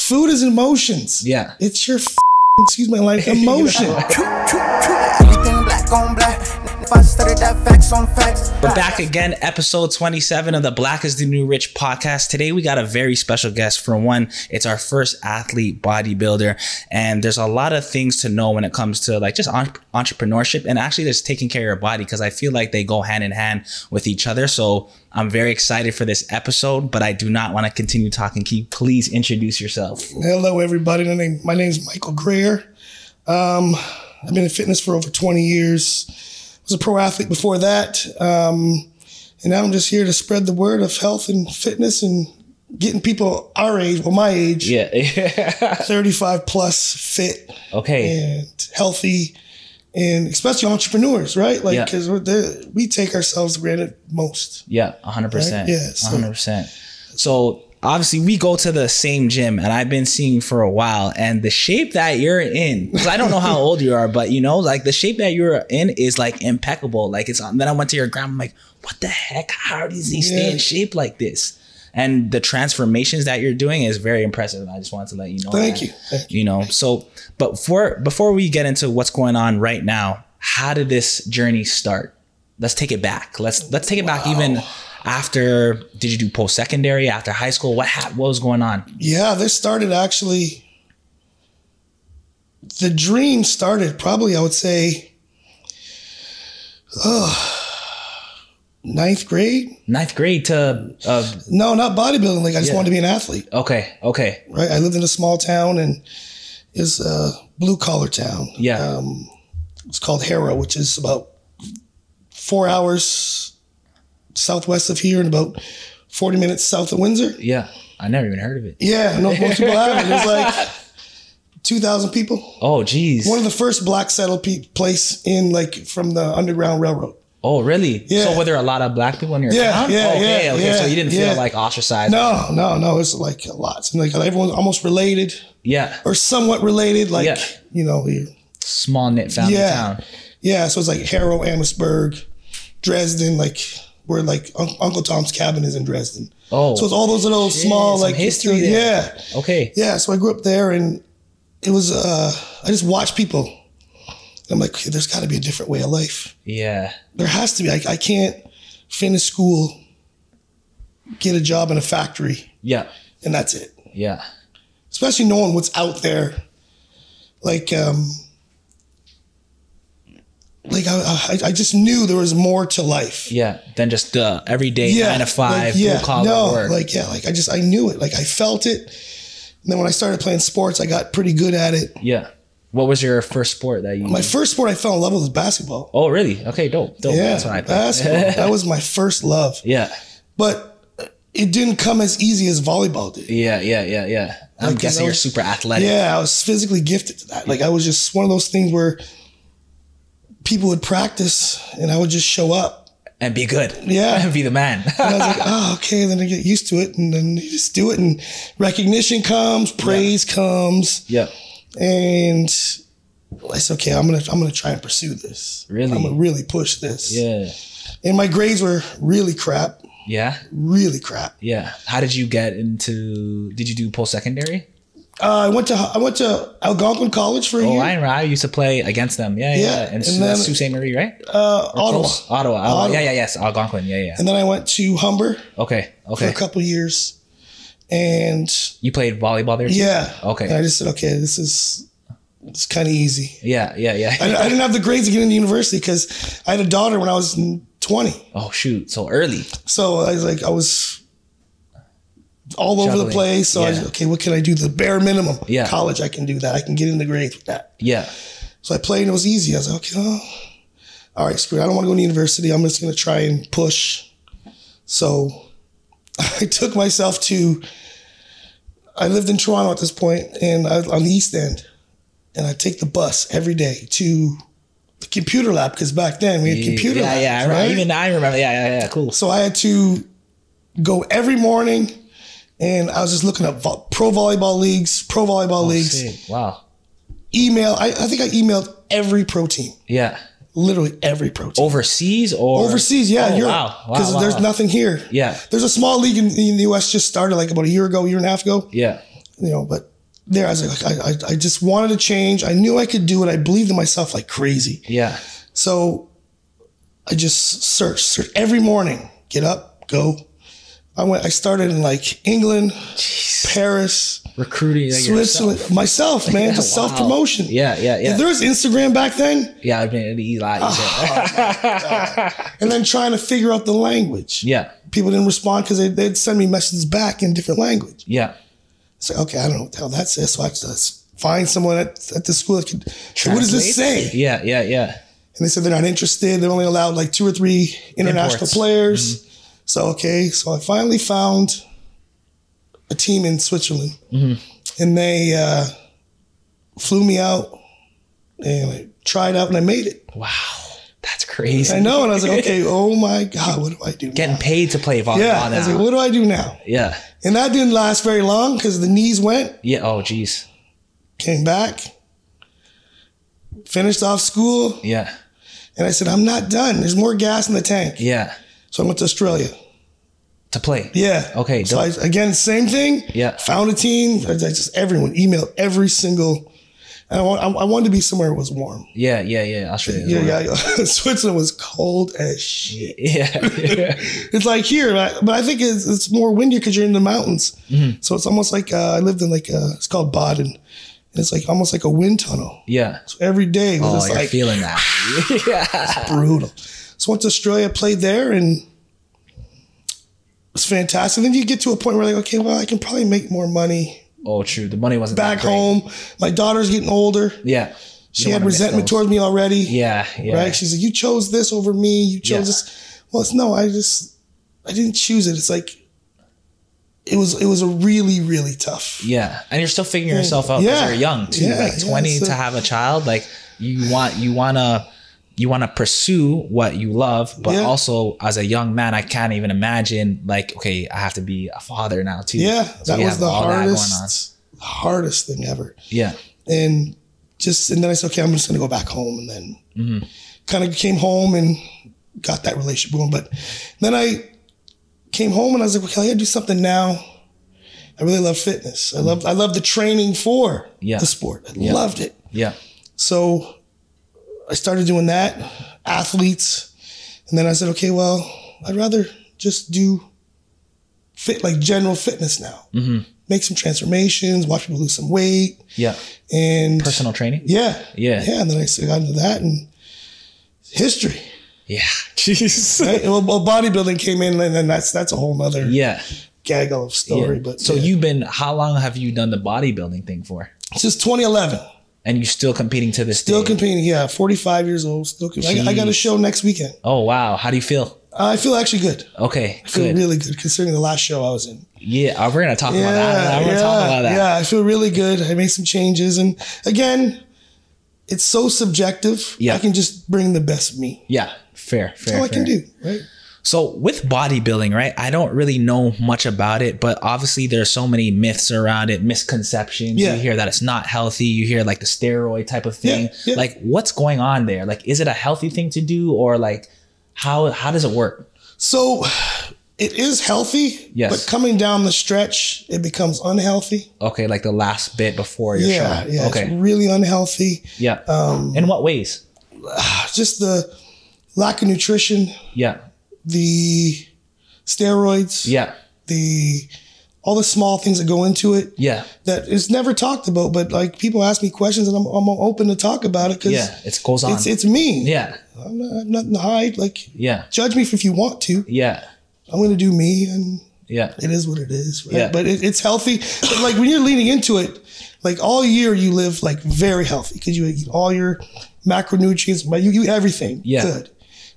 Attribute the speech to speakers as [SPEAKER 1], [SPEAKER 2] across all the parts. [SPEAKER 1] Food is emotions.
[SPEAKER 2] Yeah.
[SPEAKER 1] It's your f- excuse my like emotion.
[SPEAKER 3] Everything black on black. If I study that facts on facts.
[SPEAKER 2] We're back again, episode 27 of the Black is the New Rich podcast. Today, we got a very special guest. For one, it's our first athlete bodybuilder. And there's a lot of things to know when it comes to like just entre- entrepreneurship and actually just taking care of your body because I feel like they go hand in hand with each other. So I'm very excited for this episode, but I do not want to continue talking. Can you please introduce yourself?
[SPEAKER 1] Hello, everybody. My name my name's Michael Greer. Um, I've been in fitness for over 20 years. Was a pro athlete before that, um, and now I'm just here to spread the word of health and fitness and getting people our age, well, my age,
[SPEAKER 2] Yeah.
[SPEAKER 1] 35 plus, fit
[SPEAKER 2] okay.
[SPEAKER 1] and healthy, and especially entrepreneurs, right? Like
[SPEAKER 2] Yeah.
[SPEAKER 1] because we're the we take ourselves for granted most.
[SPEAKER 2] Yeah, 100%.
[SPEAKER 1] Right? Yeah, so-
[SPEAKER 2] 100%. So obviously we go to the same gym and I've been seeing for a while and the shape that you're in, 'cause I don't know how old you are, but you know, like the shape that you're in is like impeccable. Like it's, then I went to your grandma, I'm like, what the heck? How does he stay in
[SPEAKER 1] Yeah.
[SPEAKER 2] shape like this? And the transformations that you're doing is very impressive. I just wanted to let you know.
[SPEAKER 1] Thank
[SPEAKER 2] that,
[SPEAKER 1] you. Thank
[SPEAKER 2] You know, so, but for, before we get into what's going on right now, how did this journey start? let's take it back. Let's let's take it back even after did you do post secondary after high school? What hap- what was going on?
[SPEAKER 1] Yeah, this started actually. The dream started probably, I would say, oh, ninth grade.
[SPEAKER 2] Ninth grade to uh,
[SPEAKER 1] No, not bodybuilding. Like I just
[SPEAKER 2] Yeah.
[SPEAKER 1] wanted to be an athlete,
[SPEAKER 2] okay okay
[SPEAKER 1] right? I lived in a small town and it's a blue collar town.
[SPEAKER 2] yeah
[SPEAKER 1] Um, it's called Harrow, which is about four hours southwest of here and about 40 minutes south of Windsor.
[SPEAKER 2] yeah I never even heard of it.
[SPEAKER 1] Yeah, no, most people haven't. There's like 2,000 people.
[SPEAKER 2] Oh geez.
[SPEAKER 1] One of the first black settled pe- place in like from the Underground Railroad.
[SPEAKER 2] oh really?
[SPEAKER 1] Yeah.
[SPEAKER 2] So were there a lot of black people in your
[SPEAKER 1] Yeah,
[SPEAKER 2] town?
[SPEAKER 1] yeah,
[SPEAKER 2] okay
[SPEAKER 1] yeah,
[SPEAKER 2] okay. so
[SPEAKER 1] yeah,
[SPEAKER 2] you didn't
[SPEAKER 1] yeah.
[SPEAKER 2] feel like ostracized.
[SPEAKER 1] No, no, no. It's like lots. And like everyone's almost related
[SPEAKER 2] Yeah.
[SPEAKER 1] or somewhat related. Like,
[SPEAKER 2] Yeah.
[SPEAKER 1] you know, you-
[SPEAKER 2] Small knit family
[SPEAKER 1] Yeah.
[SPEAKER 2] town.
[SPEAKER 1] yeah. So it's like Harrow, Amherstburg, Dresden, like where like Un- Uncle Tom's cabin is in Dresden.
[SPEAKER 2] Oh.
[SPEAKER 1] So it's all those little small
[SPEAKER 2] some
[SPEAKER 1] like
[SPEAKER 2] history there.
[SPEAKER 1] Yeah.
[SPEAKER 2] okay.
[SPEAKER 1] yeah, so I grew up there, and it was uh, I just watched people. And I'm like, okay, there's got to be a different way of life.
[SPEAKER 2] Yeah.
[SPEAKER 1] There has to be. I, I can't finish school, get a job in a factory,
[SPEAKER 2] Yeah.
[SPEAKER 1] and that's it.
[SPEAKER 2] Yeah.
[SPEAKER 1] Especially knowing what's out there, like um, like I, I, I just knew there was more to life.
[SPEAKER 2] Yeah. Then just the everyday nine to five
[SPEAKER 1] like, yeah,
[SPEAKER 2] blue collar
[SPEAKER 1] no,
[SPEAKER 2] work.
[SPEAKER 1] like yeah, like I just I knew it. Like I felt it. And then when I started playing sports, I got pretty good at it.
[SPEAKER 2] yeah. What was your first sport that you?
[SPEAKER 1] My first sport I fell in love with was basketball.
[SPEAKER 2] Oh, really? Okay, dope. Dope.
[SPEAKER 1] yeah,
[SPEAKER 2] That's what I thought.
[SPEAKER 1] basketball. that was my first love.
[SPEAKER 2] Yeah.
[SPEAKER 1] But it didn't come as easy as volleyball did.
[SPEAKER 2] Yeah. Yeah. Yeah. Yeah. I'm
[SPEAKER 1] Like, 'cause
[SPEAKER 2] guessing
[SPEAKER 1] I
[SPEAKER 2] you're
[SPEAKER 1] was-
[SPEAKER 2] super athletic.
[SPEAKER 1] Yeah, I was physically gifted to that. Like I was just one of those things where people would practice and I would just show up.
[SPEAKER 2] And be good.
[SPEAKER 1] Yeah.
[SPEAKER 2] And be the man.
[SPEAKER 1] And I was like, oh, okay. Then I get used to it, and then you just do it, and recognition comes, praise comes,
[SPEAKER 2] yeah.
[SPEAKER 1] and I said, okay, I'm gonna I'm gonna try and pursue this.
[SPEAKER 2] Really?
[SPEAKER 1] I'm gonna really push this.
[SPEAKER 2] Yeah.
[SPEAKER 1] And my grades were really crap,
[SPEAKER 2] Yeah.
[SPEAKER 1] really crap.
[SPEAKER 2] Yeah. How did you get into? Did you do post secondary?
[SPEAKER 1] Uh, I went to I went to Algonquin College for a
[SPEAKER 2] Oh, I
[SPEAKER 1] year. Uh,
[SPEAKER 2] remember. I used to play against them. Yeah. Yeah.
[SPEAKER 1] Yeah,
[SPEAKER 2] yeah. And,
[SPEAKER 1] and
[SPEAKER 2] Sault-
[SPEAKER 1] then-
[SPEAKER 2] that's Sault Ste. Marie, right?
[SPEAKER 1] Uh, Ottawa.
[SPEAKER 2] Close. Ottawa. Ottawa.
[SPEAKER 1] Ottawa.
[SPEAKER 2] Yeah. Yeah. Yes. Algonquin. Yeah. Yeah.
[SPEAKER 1] And then I went to Humber
[SPEAKER 2] Okay.
[SPEAKER 1] for
[SPEAKER 2] Okay.
[SPEAKER 1] a couple years, and
[SPEAKER 2] You played volleyball there. too?
[SPEAKER 1] yeah,
[SPEAKER 2] Okay.
[SPEAKER 1] And I just said, okay, this is it's kind of easy.
[SPEAKER 2] Yeah. Yeah. Yeah.
[SPEAKER 1] I, I didn't have the grades to get into university because I had a daughter when I was twenty,
[SPEAKER 2] Oh shoot! So early.
[SPEAKER 1] so I was like I was all over
[SPEAKER 2] Juggling.
[SPEAKER 1] the place. So I was
[SPEAKER 2] Yeah.
[SPEAKER 1] okay, what can I do? The bare minimum.
[SPEAKER 2] Yeah.
[SPEAKER 1] college I can do that. I can get into grades with that.
[SPEAKER 2] Yeah.
[SPEAKER 1] So I played and it was easy. I was like, okay, oh, all right, screw it. I don't want to go to university. I'm just going to try and push. So I took myself to, I lived in Toronto at this point and I was on the East End. And I take the bus every day to the computer lab because back then we had computer
[SPEAKER 2] Yeah.
[SPEAKER 1] labs,
[SPEAKER 2] Yeah. I remember-
[SPEAKER 1] right?
[SPEAKER 2] Even I remember. Yeah. Yeah. Yeah. Cool.
[SPEAKER 1] so I had to go every morning and I was just looking up vo- pro volleyball leagues, pro
[SPEAKER 2] Oh,
[SPEAKER 1] volleyball leagues,
[SPEAKER 2] Sick. Wow.
[SPEAKER 1] email. I, I think I emailed every pro team
[SPEAKER 2] Yeah.
[SPEAKER 1] literally every pro team.
[SPEAKER 2] overseas or
[SPEAKER 1] Overseas, yeah,
[SPEAKER 2] Oh,
[SPEAKER 1] Europe.
[SPEAKER 2] Wow, wow,
[SPEAKER 1] Because
[SPEAKER 2] wow,
[SPEAKER 1] there's
[SPEAKER 2] wow.
[SPEAKER 1] nothing here.
[SPEAKER 2] Yeah.
[SPEAKER 1] There's a small league in, in the US just started like about a year ago, year and a half ago,
[SPEAKER 2] Yeah,
[SPEAKER 1] you know, but there, I was like, I, I, I just wanted to change. I knew I could do it. I believed in myself like crazy.
[SPEAKER 2] Yeah.
[SPEAKER 1] So I just searched, searched every morning. Get up, go. I went. I started in like England, Paris,
[SPEAKER 2] Recruiting like
[SPEAKER 1] Switzerland.
[SPEAKER 2] yourself.
[SPEAKER 1] Myself, man,
[SPEAKER 2] Yeah,
[SPEAKER 1] just
[SPEAKER 2] wow.
[SPEAKER 1] self promotion.
[SPEAKER 2] Yeah, yeah, yeah.
[SPEAKER 1] If there Ah. was Instagram back then,
[SPEAKER 2] Yeah, I mean, it'd be a E lot easier.
[SPEAKER 1] and then trying to figure out the language.
[SPEAKER 2] yeah,
[SPEAKER 1] People didn't respond because they, they'd send me messages back in different language.
[SPEAKER 2] yeah.
[SPEAKER 1] It's like, okay, I don't know what the hell that says. So I just- let's find someone at, at the school that could. so What does this
[SPEAKER 2] Translate?
[SPEAKER 1] say?
[SPEAKER 2] Yeah, yeah, yeah.
[SPEAKER 1] and they said they're not interested. They're only allowed like two or three international
[SPEAKER 2] Imports. Mm-hmm.
[SPEAKER 1] players. So okay, so I finally found a team in Switzerland,
[SPEAKER 2] Mm-hmm.
[SPEAKER 1] and they uh, flew me out and I tried out and I made it.
[SPEAKER 2] Wow, that's crazy.
[SPEAKER 1] I know, and I was like, okay, oh my god, what do I do?
[SPEAKER 2] Getting
[SPEAKER 1] now?
[SPEAKER 2] paid to play volleyball
[SPEAKER 1] yeah, I
[SPEAKER 2] now.
[SPEAKER 1] was like, what do I do now?
[SPEAKER 2] yeah,
[SPEAKER 1] And that didn't last very long because the knees went,
[SPEAKER 2] yeah. Oh, jeez.
[SPEAKER 1] came back, finished off school,
[SPEAKER 2] Yeah,
[SPEAKER 1] and I said, I'm not done. There's more gas in the tank.
[SPEAKER 2] yeah.
[SPEAKER 1] So I went to Australia.
[SPEAKER 2] To play.
[SPEAKER 1] Yeah.
[SPEAKER 2] Okay,
[SPEAKER 1] So I, again, same thing.
[SPEAKER 2] Yeah.
[SPEAKER 1] Found a team. I, I just everyone emailed every single. And I, want, I, I wanted to be somewhere it was warm.
[SPEAKER 2] yeah, yeah, yeah. Australia.
[SPEAKER 1] Yeah, yeah. yeah. Switzerland was cold as shit.
[SPEAKER 2] yeah, yeah.
[SPEAKER 1] It's like here, but I, but I think it's, it's more windier because you're in the mountains.
[SPEAKER 2] Mm-hmm.
[SPEAKER 1] So it's almost like uh, I lived in like uh it's called Baden. And it's like almost like a wind tunnel.
[SPEAKER 2] yeah.
[SPEAKER 1] So every day was
[SPEAKER 2] Oh,
[SPEAKER 1] just
[SPEAKER 2] you're
[SPEAKER 1] like
[SPEAKER 2] feeling that. yeah.
[SPEAKER 1] brutal. So went to Australia, played there, and it's fantastic. Then you get to a point where like, okay, well, I can probably make more money.
[SPEAKER 2] Oh, true. The money wasn't that
[SPEAKER 1] back
[SPEAKER 2] great.
[SPEAKER 1] home. My daughter's getting older.
[SPEAKER 2] Yeah.
[SPEAKER 1] She had resentment towards me already.
[SPEAKER 2] Yeah, yeah.
[SPEAKER 1] Right? She's like, you chose this over me. You chose
[SPEAKER 2] Yeah.
[SPEAKER 1] this. Well, it's no, I just, I didn't choose it. It's like, it was, it was a really, really tough.
[SPEAKER 2] Yeah, and you're still figuring yourself out because
[SPEAKER 1] Yeah.
[SPEAKER 2] you're young too,
[SPEAKER 1] Yeah,
[SPEAKER 2] like
[SPEAKER 1] yeah,
[SPEAKER 2] 20
[SPEAKER 1] so-
[SPEAKER 2] to have a child. Like you want you wanna you wanna pursue what you love, but
[SPEAKER 1] Yeah.
[SPEAKER 2] also as a young man, I can't even imagine like okay, I have to be a father now too.
[SPEAKER 1] Yeah.
[SPEAKER 2] So
[SPEAKER 1] That
[SPEAKER 2] you
[SPEAKER 1] was
[SPEAKER 2] have
[SPEAKER 1] the
[SPEAKER 2] all that going
[SPEAKER 1] hardest, hardest thing ever.
[SPEAKER 2] Yeah,
[SPEAKER 1] And just, and then I said, okay, I'm just going to go back home. And then
[SPEAKER 2] Mm-hmm.
[SPEAKER 1] kind of came home and got that relationship going. But then I came home and I was like, okay, I gotta do something now. I really love fitness. I love I love the training for
[SPEAKER 2] Mm-hmm. Yeah.
[SPEAKER 1] the sport. I loved it.
[SPEAKER 2] yeah,
[SPEAKER 1] So I started doing that, athletes, and then I said, okay, well, I'd rather just do fit like general fitness now.
[SPEAKER 2] Mm-hmm.
[SPEAKER 1] Make some transformations, watch people lose some weight,
[SPEAKER 2] yeah.
[SPEAKER 1] and
[SPEAKER 2] Personal training.
[SPEAKER 1] yeah,
[SPEAKER 2] Yeah.
[SPEAKER 1] yeah. And then I s- got into that and history.
[SPEAKER 2] Yeah. Jeez.
[SPEAKER 1] Right? well, well, bodybuilding came in, and then that's that's a whole nother
[SPEAKER 2] Yeah.
[SPEAKER 1] gaggle of
[SPEAKER 2] yeah.
[SPEAKER 1] story. But
[SPEAKER 2] so
[SPEAKER 1] yeah.
[SPEAKER 2] you've been how long have you done the bodybuilding thing for?
[SPEAKER 1] since 2011,
[SPEAKER 2] And you still competing to this
[SPEAKER 1] still
[SPEAKER 2] day?
[SPEAKER 1] competing. Yeah, 45 years old, still competing. I, I got a
[SPEAKER 2] Jeez.
[SPEAKER 1] show next weekend.
[SPEAKER 2] oh wow, how do you feel?
[SPEAKER 1] I feel actually good.
[SPEAKER 2] Okay,
[SPEAKER 1] I feel
[SPEAKER 2] good.
[SPEAKER 1] really good considering the last show I was in.
[SPEAKER 2] Yeah, uh, we're gonna talk
[SPEAKER 1] Yeah,
[SPEAKER 2] about that. We're
[SPEAKER 1] yeah,
[SPEAKER 2] gonna talk about that.
[SPEAKER 1] yeah. I feel really good. I made some changes, and again, it's so subjective.
[SPEAKER 2] Yeah.
[SPEAKER 1] I can just bring the best of me.
[SPEAKER 2] Yeah, fair,
[SPEAKER 1] That's
[SPEAKER 2] fair.
[SPEAKER 1] all I
[SPEAKER 2] fair.
[SPEAKER 1] can do. Right.
[SPEAKER 2] So with bodybuilding, right? I don't really know much about it, but obviously there's so many myths around it, misconceptions.
[SPEAKER 1] Yeah.
[SPEAKER 2] You hear that it's not healthy. You hear like the steroid type of thing.
[SPEAKER 1] Yeah, yeah.
[SPEAKER 2] Like what's going on there? Like is it a healthy thing to do or like how how does it work?
[SPEAKER 1] So. It is healthy,
[SPEAKER 2] Yes.
[SPEAKER 1] but coming down the stretch, it becomes unhealthy.
[SPEAKER 2] Okay, like the last bit before your
[SPEAKER 1] Yeah,
[SPEAKER 2] show.
[SPEAKER 1] yeah, it's um,
[SPEAKER 2] okay.
[SPEAKER 1] really unhealthy.
[SPEAKER 2] Yeah. In what ways?
[SPEAKER 1] just the lack of nutrition,
[SPEAKER 2] Yeah.
[SPEAKER 1] the steroids,
[SPEAKER 2] Yeah.
[SPEAKER 1] the all the small things that go into it
[SPEAKER 2] Yeah.
[SPEAKER 1] that is never talked about. But like people ask me questions, and I'm, I'm open to talk about it because
[SPEAKER 2] Yeah. It goes on.
[SPEAKER 1] it's it's me.
[SPEAKER 2] yeah.
[SPEAKER 1] I'm not, I'm nothing to hide. Like
[SPEAKER 2] Yeah.
[SPEAKER 1] judge me if you want to.
[SPEAKER 2] Yeah.
[SPEAKER 1] I'm gonna do me, and
[SPEAKER 2] Yeah.
[SPEAKER 1] it is what it is. Right?
[SPEAKER 2] Yeah.
[SPEAKER 1] But it, it's healthy. But like when you're leaning into it, like all year you live like very healthy because you eat all your macronutrients, but you eat everything.
[SPEAKER 2] Yeah.
[SPEAKER 1] Good.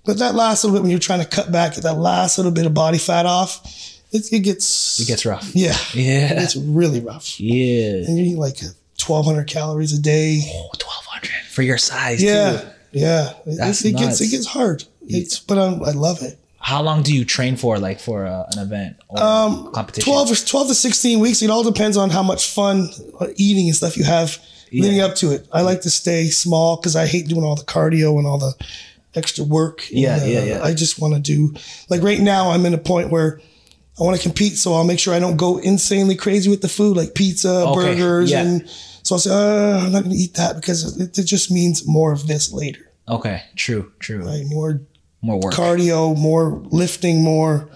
[SPEAKER 1] But that last little bit when you're trying to cut back, that last little bit of body fat off, it, it gets
[SPEAKER 2] It gets rough.
[SPEAKER 1] yeah,
[SPEAKER 2] Yeah.
[SPEAKER 1] it gets really rough.
[SPEAKER 2] Yeah.
[SPEAKER 1] And you eat like 1,200 calories a day.
[SPEAKER 2] Oh, 1200 for your size.
[SPEAKER 1] yeah,
[SPEAKER 2] Too.
[SPEAKER 1] yeah. It-
[SPEAKER 2] That's
[SPEAKER 1] It, it
[SPEAKER 2] nuts.
[SPEAKER 1] gets it gets hard. It's but um, i I love it.
[SPEAKER 2] How long do you train for, like for uh, an event or
[SPEAKER 1] Um,
[SPEAKER 2] competition?
[SPEAKER 1] 12, or- 12 to 16 weeks. It all depends on how much fun uh, eating and stuff you have leading up to it. I like to stay small because I hate doing all the cardio and all the extra work.
[SPEAKER 2] Yeah,
[SPEAKER 1] And, uh,
[SPEAKER 2] yeah, yeah.
[SPEAKER 1] I just want to do, like right now, I'm in a point where I I want to compete, so I'll make sure I don't go insanely crazy with the food, like pizza,
[SPEAKER 2] Okay,
[SPEAKER 1] burgers,
[SPEAKER 2] yeah.
[SPEAKER 1] and so I say, uh, I'm not going to eat that because it, it just means more of this later,
[SPEAKER 2] Okay. True. True.
[SPEAKER 1] right? More
[SPEAKER 2] More work.
[SPEAKER 1] cardio, more lifting, more.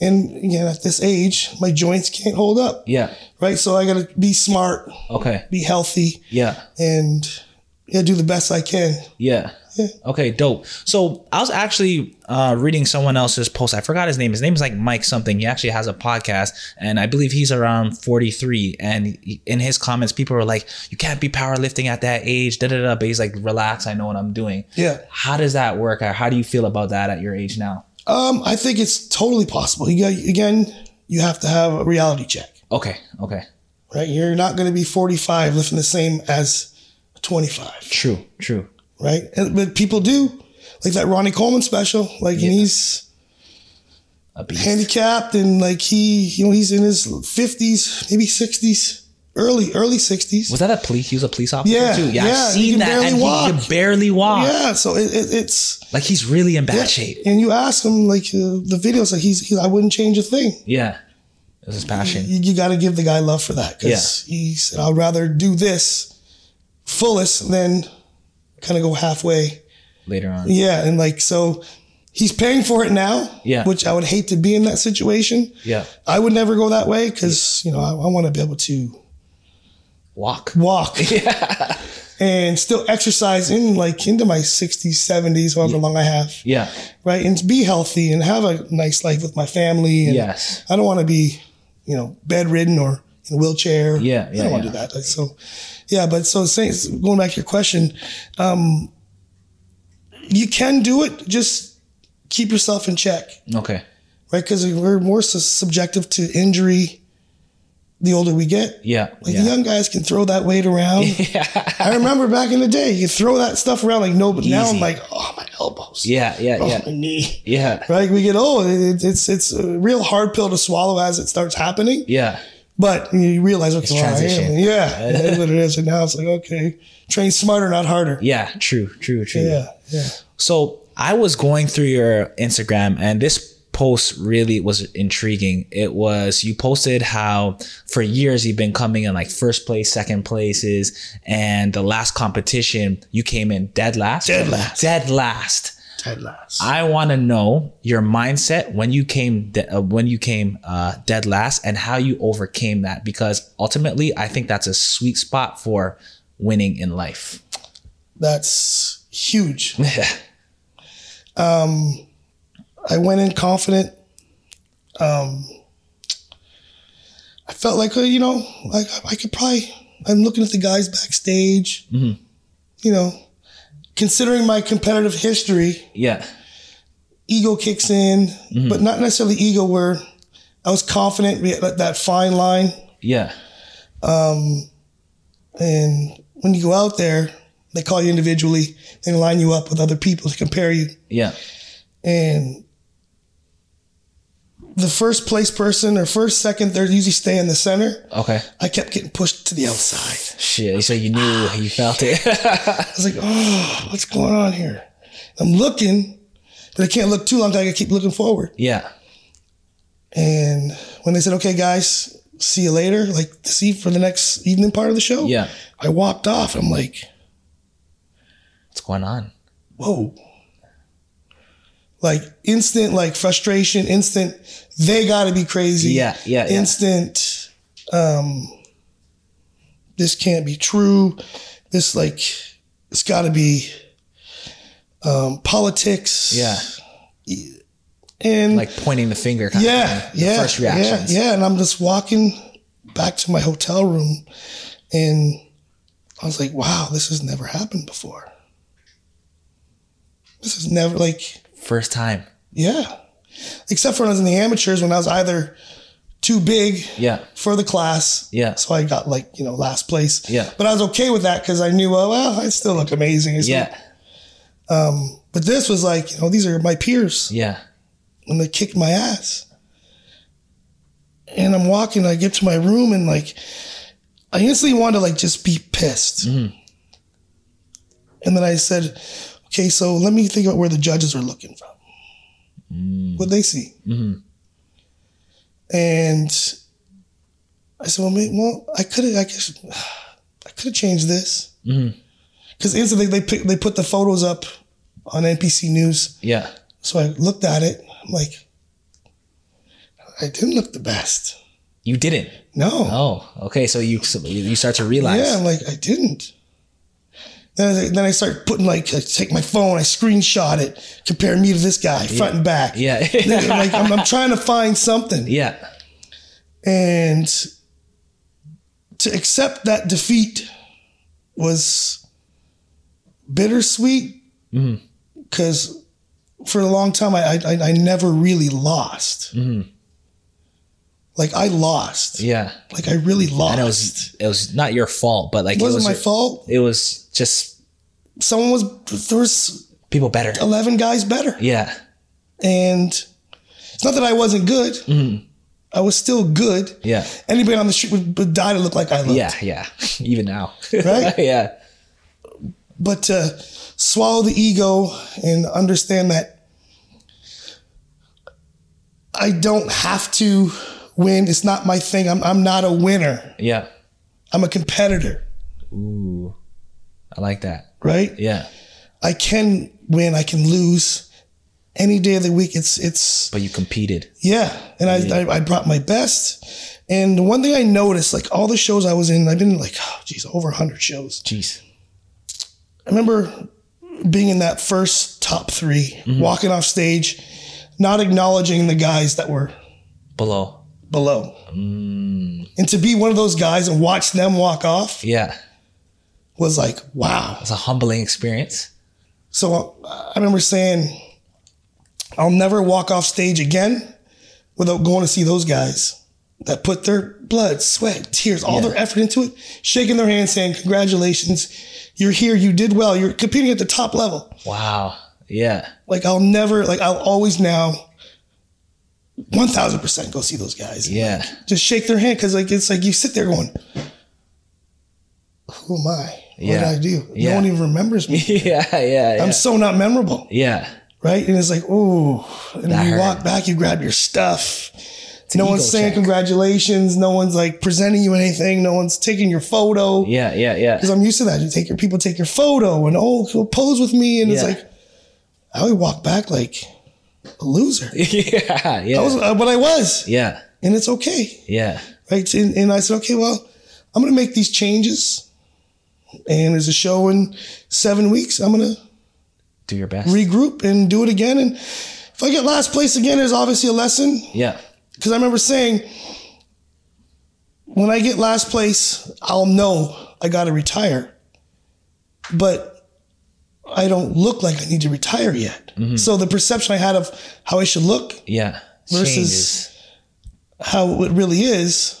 [SPEAKER 1] And again, at this age, my joints can't hold up,
[SPEAKER 2] yeah.
[SPEAKER 1] right? So I got to be smart,
[SPEAKER 2] Okay.
[SPEAKER 1] be healthy,
[SPEAKER 2] Yeah.
[SPEAKER 1] and yeah, do the best I can.
[SPEAKER 2] Yeah.
[SPEAKER 1] Yeah.
[SPEAKER 2] Okay, dope. So I was actually uh, reading someone else's post. I forgot his name. His name is like Mike something. He actually has a podcast, and I believe he's around 43. And he- in his comments, people were like, You can't be powerlifting at that age, da da da. But he's like, Relax, I know what I'm doing.
[SPEAKER 1] Yeah.
[SPEAKER 2] How does that work? Or how do you feel about that at your age now?
[SPEAKER 1] Um, I think it's totally possible. You got, again, you have to have a reality check,
[SPEAKER 2] Okay, okay.
[SPEAKER 1] right? You're not going to be 45 lifting the same as 25,
[SPEAKER 2] True, true.
[SPEAKER 1] right? And, but people do, like that Ronnie Coleman special, like, and he's
[SPEAKER 2] A beast.
[SPEAKER 1] handicapped and like he, you know, he's in his 50s, maybe 60s, early, early 60s.
[SPEAKER 2] Was that a police? He was a police officer
[SPEAKER 1] Yeah,
[SPEAKER 2] too. Yeah,
[SPEAKER 1] yeah,
[SPEAKER 2] I've
[SPEAKER 1] he
[SPEAKER 2] seen
[SPEAKER 1] can
[SPEAKER 2] that.
[SPEAKER 1] barely
[SPEAKER 2] and
[SPEAKER 1] walk.
[SPEAKER 2] he can barely walk.
[SPEAKER 1] yeah, so it, it, it's
[SPEAKER 2] Like he's really in bad shape.
[SPEAKER 1] And you ask him like uh, the videos, like he's, he, I wouldn't change a thing.
[SPEAKER 2] Yeah. It was his passion.
[SPEAKER 1] you, got to give the guy love for that because he said, I'd rather do this fullest than kind of go halfway.
[SPEAKER 2] Later on.
[SPEAKER 1] Yeah. And like, so he's paying for it now,
[SPEAKER 2] Yeah.
[SPEAKER 1] which I would hate to be in that situation.
[SPEAKER 2] Yeah.
[SPEAKER 1] I would never go that way because, you know, I, I want to be able to
[SPEAKER 2] Walk.
[SPEAKER 1] walk and still exercise in like into my 60s, 70s, however long I have,
[SPEAKER 2] Yeah.
[SPEAKER 1] right? And be healthy and have a nice life with my family. And
[SPEAKER 2] Yes.
[SPEAKER 1] I don't want to be, you know, bedridden or in a wheelchair.
[SPEAKER 2] Yeah,
[SPEAKER 1] I
[SPEAKER 2] yeah,
[SPEAKER 1] don't want
[SPEAKER 2] yeah.
[SPEAKER 1] to do that. Like, so, yeah, but so saying, going back to your question, um, you can do it. Just keep yourself in check,
[SPEAKER 2] Okay.
[SPEAKER 1] right? Because we're more su- subjective to injury the older we get.
[SPEAKER 2] Yeah.
[SPEAKER 1] Like
[SPEAKER 2] yeah.
[SPEAKER 1] the young guys can throw that weight around. I remember back in the day, you throw that stuff around like no, but now
[SPEAKER 2] Easy.
[SPEAKER 1] I'm like, oh my elbows,
[SPEAKER 2] yeah. Yeah.
[SPEAKER 1] oh
[SPEAKER 2] Yeah.
[SPEAKER 1] my knee,
[SPEAKER 2] Yeah.
[SPEAKER 1] right? We get old. It, it's it's a real hard pill to swallow as it starts happening.
[SPEAKER 2] Yeah.
[SPEAKER 1] But you realize, okay, well, I
[SPEAKER 2] transition.
[SPEAKER 1] am. Yeah, that's what it is. And now it's like, okay, train smarter, not harder.
[SPEAKER 2] Yeah. True. True. True.
[SPEAKER 1] Yeah, yeah.
[SPEAKER 2] So I was going through your Instagram and this post really was intriguing. It was you posted how for years you've been coming in like first place, second places, and the last competition you came in dead last.
[SPEAKER 1] Dead last.
[SPEAKER 2] Dead last.
[SPEAKER 1] Ted last.
[SPEAKER 2] I want to know your mindset when you came de- uh, when you came uh, dead last and how you overcame that because ultimately I think that's a sweet spot for winning in life.
[SPEAKER 1] That's huge. I went in confident. Um, I felt like, uh, you know, like I could probably. I'm looking at the guys backstage.
[SPEAKER 2] Mm-hmm.
[SPEAKER 1] You know, considering my competitive history,
[SPEAKER 2] yeah.
[SPEAKER 1] ego kicks in,
[SPEAKER 2] Mm-hmm.
[SPEAKER 1] but not necessarily ego. Where I was confident, we had that fine line.
[SPEAKER 2] Yeah.
[SPEAKER 1] And when you go out there, they call you individually and line you up with other people to compare you.
[SPEAKER 2] Yeah.
[SPEAKER 1] And the first place person or first, second, third usually stay in the center.
[SPEAKER 2] Okay.
[SPEAKER 1] I kept getting pushed to the outside.
[SPEAKER 2] Shit. So you knew
[SPEAKER 1] Ah,
[SPEAKER 2] you felt it.
[SPEAKER 1] I was like, oh, what's going on here? I'm looking, but I can't look too long. 'cause I gotta keep looking forward.
[SPEAKER 2] yeah.
[SPEAKER 1] And when they said, okay, guys, see you later, like see you for the next evening part of the show,
[SPEAKER 2] Yeah.
[SPEAKER 1] I walked off. I'm like,
[SPEAKER 2] What's going on?
[SPEAKER 1] whoa. Like instant like frustration, instant they gotta be crazy.
[SPEAKER 2] Yeah, yeah, yeah.
[SPEAKER 1] Instant um this can't be true. This like it's gotta be um politics.
[SPEAKER 2] Yeah.
[SPEAKER 1] And
[SPEAKER 2] Like pointing the finger. Kind
[SPEAKER 1] yeah,
[SPEAKER 2] Of thing. The
[SPEAKER 1] yeah,
[SPEAKER 2] First reactions.
[SPEAKER 1] yeah, yeah. And I'm just walking back to my hotel room, and I was like, "Wow, this has never happened before. This is never like,
[SPEAKER 2] First time.
[SPEAKER 1] yeah, except for when I was in the amateurs when I was either too big
[SPEAKER 2] Yeah.
[SPEAKER 1] for the class,
[SPEAKER 2] Yeah.
[SPEAKER 1] So I got like you know last place,
[SPEAKER 2] Yeah.
[SPEAKER 1] But I was okay with that because I knew, well, well, I still look amazing, I still-
[SPEAKER 2] Yeah.
[SPEAKER 1] But this was like, you know, these are my peers.
[SPEAKER 2] Yeah.
[SPEAKER 1] and they kicked my ass. And I'm walking, I get to my room and like I instantly wanted to like just be pissed. And then I said, okay, so let me think about where the judges are looking from. What they see. And I said, well, maybe, well, I could have, I guess, I could have changed this. Because instantly they pick, they put the photos up on NPC News.
[SPEAKER 2] Yeah.
[SPEAKER 1] So I looked at it. I'm like, I didn't look the best.
[SPEAKER 2] You didn't.
[SPEAKER 1] No.
[SPEAKER 2] Oh, okay. So you so you start to realize.
[SPEAKER 1] yeah, I'm like, I didn't. Then I, then I start putting like, I take my phone, I screenshot it, compare me to this guy, front and back.
[SPEAKER 2] Yeah.
[SPEAKER 1] Then, like I'm, I'm trying to find something.
[SPEAKER 2] yeah.
[SPEAKER 1] and to accept that defeat was bittersweet
[SPEAKER 2] Mm-hmm.
[SPEAKER 1] because for a long time I, I I never really lost. Like I lost.
[SPEAKER 2] Mm-hmm. Yeah.
[SPEAKER 1] Like I really lost.
[SPEAKER 2] And it was it was not your fault, but like
[SPEAKER 1] it wasn't
[SPEAKER 2] it was
[SPEAKER 1] my
[SPEAKER 2] your-
[SPEAKER 1] fault.
[SPEAKER 2] It was just
[SPEAKER 1] Someone was there was
[SPEAKER 2] people better.
[SPEAKER 1] eleven guys better,
[SPEAKER 2] Yeah.
[SPEAKER 1] and it's not that I wasn't good. I was still good.
[SPEAKER 2] Mm-hmm. Yeah.
[SPEAKER 1] Anybody on the street would, would die to look like I looked.
[SPEAKER 2] Yeah. Yeah. Even now.
[SPEAKER 1] Right?
[SPEAKER 2] yeah.
[SPEAKER 1] but to swallow the ego and understand that I don't have to win. It's not my thing. I'm, I'm not a winner.
[SPEAKER 2] Yeah.
[SPEAKER 1] I'm a competitor,
[SPEAKER 2] Ooh. I like that.
[SPEAKER 1] right?
[SPEAKER 2] Yeah.
[SPEAKER 1] I can win. I can lose any day of the week. It's, it's,
[SPEAKER 2] But you competed.
[SPEAKER 1] yeah. And I, I, I brought my best. And the one thing I noticed, like all the shows I was in, I've been like, oh, geez, over 100 shows.
[SPEAKER 2] Jeez.
[SPEAKER 1] I remember being in that first top 3 walking off stage, not acknowledging the guys that were
[SPEAKER 2] Below.
[SPEAKER 1] below. And to be one of those guys and watch them walk off
[SPEAKER 2] Yeah.
[SPEAKER 1] was like, wow.
[SPEAKER 2] It's a humbling experience.
[SPEAKER 1] So uh, I remember saying, I'll never walk off stage again without going to see those guys that put their blood, sweat, tears, all their effort into it, shaking their hands, saying, Congratulations, you're here, you did well, you're competing at the top level.
[SPEAKER 2] Wow. Yeah.
[SPEAKER 1] like I'll never like I'll always now 1000% go see those guys.
[SPEAKER 2] Yeah.
[SPEAKER 1] Just shake their hand cuz like it's like you sit there going who am I? What did
[SPEAKER 2] Yeah.
[SPEAKER 1] I do?
[SPEAKER 2] Yeah.
[SPEAKER 1] No one even remembers me.
[SPEAKER 2] yeah. Yeah. Yeah.
[SPEAKER 1] I'm so not memorable,
[SPEAKER 2] yeah.
[SPEAKER 1] right? And it's like, oh, and
[SPEAKER 2] That
[SPEAKER 1] you
[SPEAKER 2] hurt.
[SPEAKER 1] walk back, you grab your stuff. no
[SPEAKER 2] an
[SPEAKER 1] one's
[SPEAKER 2] ego
[SPEAKER 1] saying
[SPEAKER 2] check.
[SPEAKER 1] congratulations. No one's like presenting you anything. No one's taking your photo.
[SPEAKER 2] Yeah. Yeah. Yeah.
[SPEAKER 1] Because I'm used to that. You take your people take your photo and oh, go pose with me. And it's
[SPEAKER 2] Yeah.
[SPEAKER 1] like, I would walk back like a loser.
[SPEAKER 2] yeah. Yeah.
[SPEAKER 1] I was, uh, but I was,
[SPEAKER 2] yeah.
[SPEAKER 1] and it's okay,
[SPEAKER 2] Yeah.
[SPEAKER 1] right? And, and I said, okay, well, I'm gonna make these changes, and there's a show in seven weeks. I'm gonna
[SPEAKER 2] Do your best.
[SPEAKER 1] regroup and do it again. And if I get last place again, there's obviously a lesson
[SPEAKER 2] yeah.
[SPEAKER 1] because I remember saying, when I get last place, I'll know I gotta retire, but I don't look like I need to retire yet. So the perception I had of how I should look
[SPEAKER 2] Yeah.
[SPEAKER 1] Versus-
[SPEAKER 2] Changes.
[SPEAKER 1] how it really is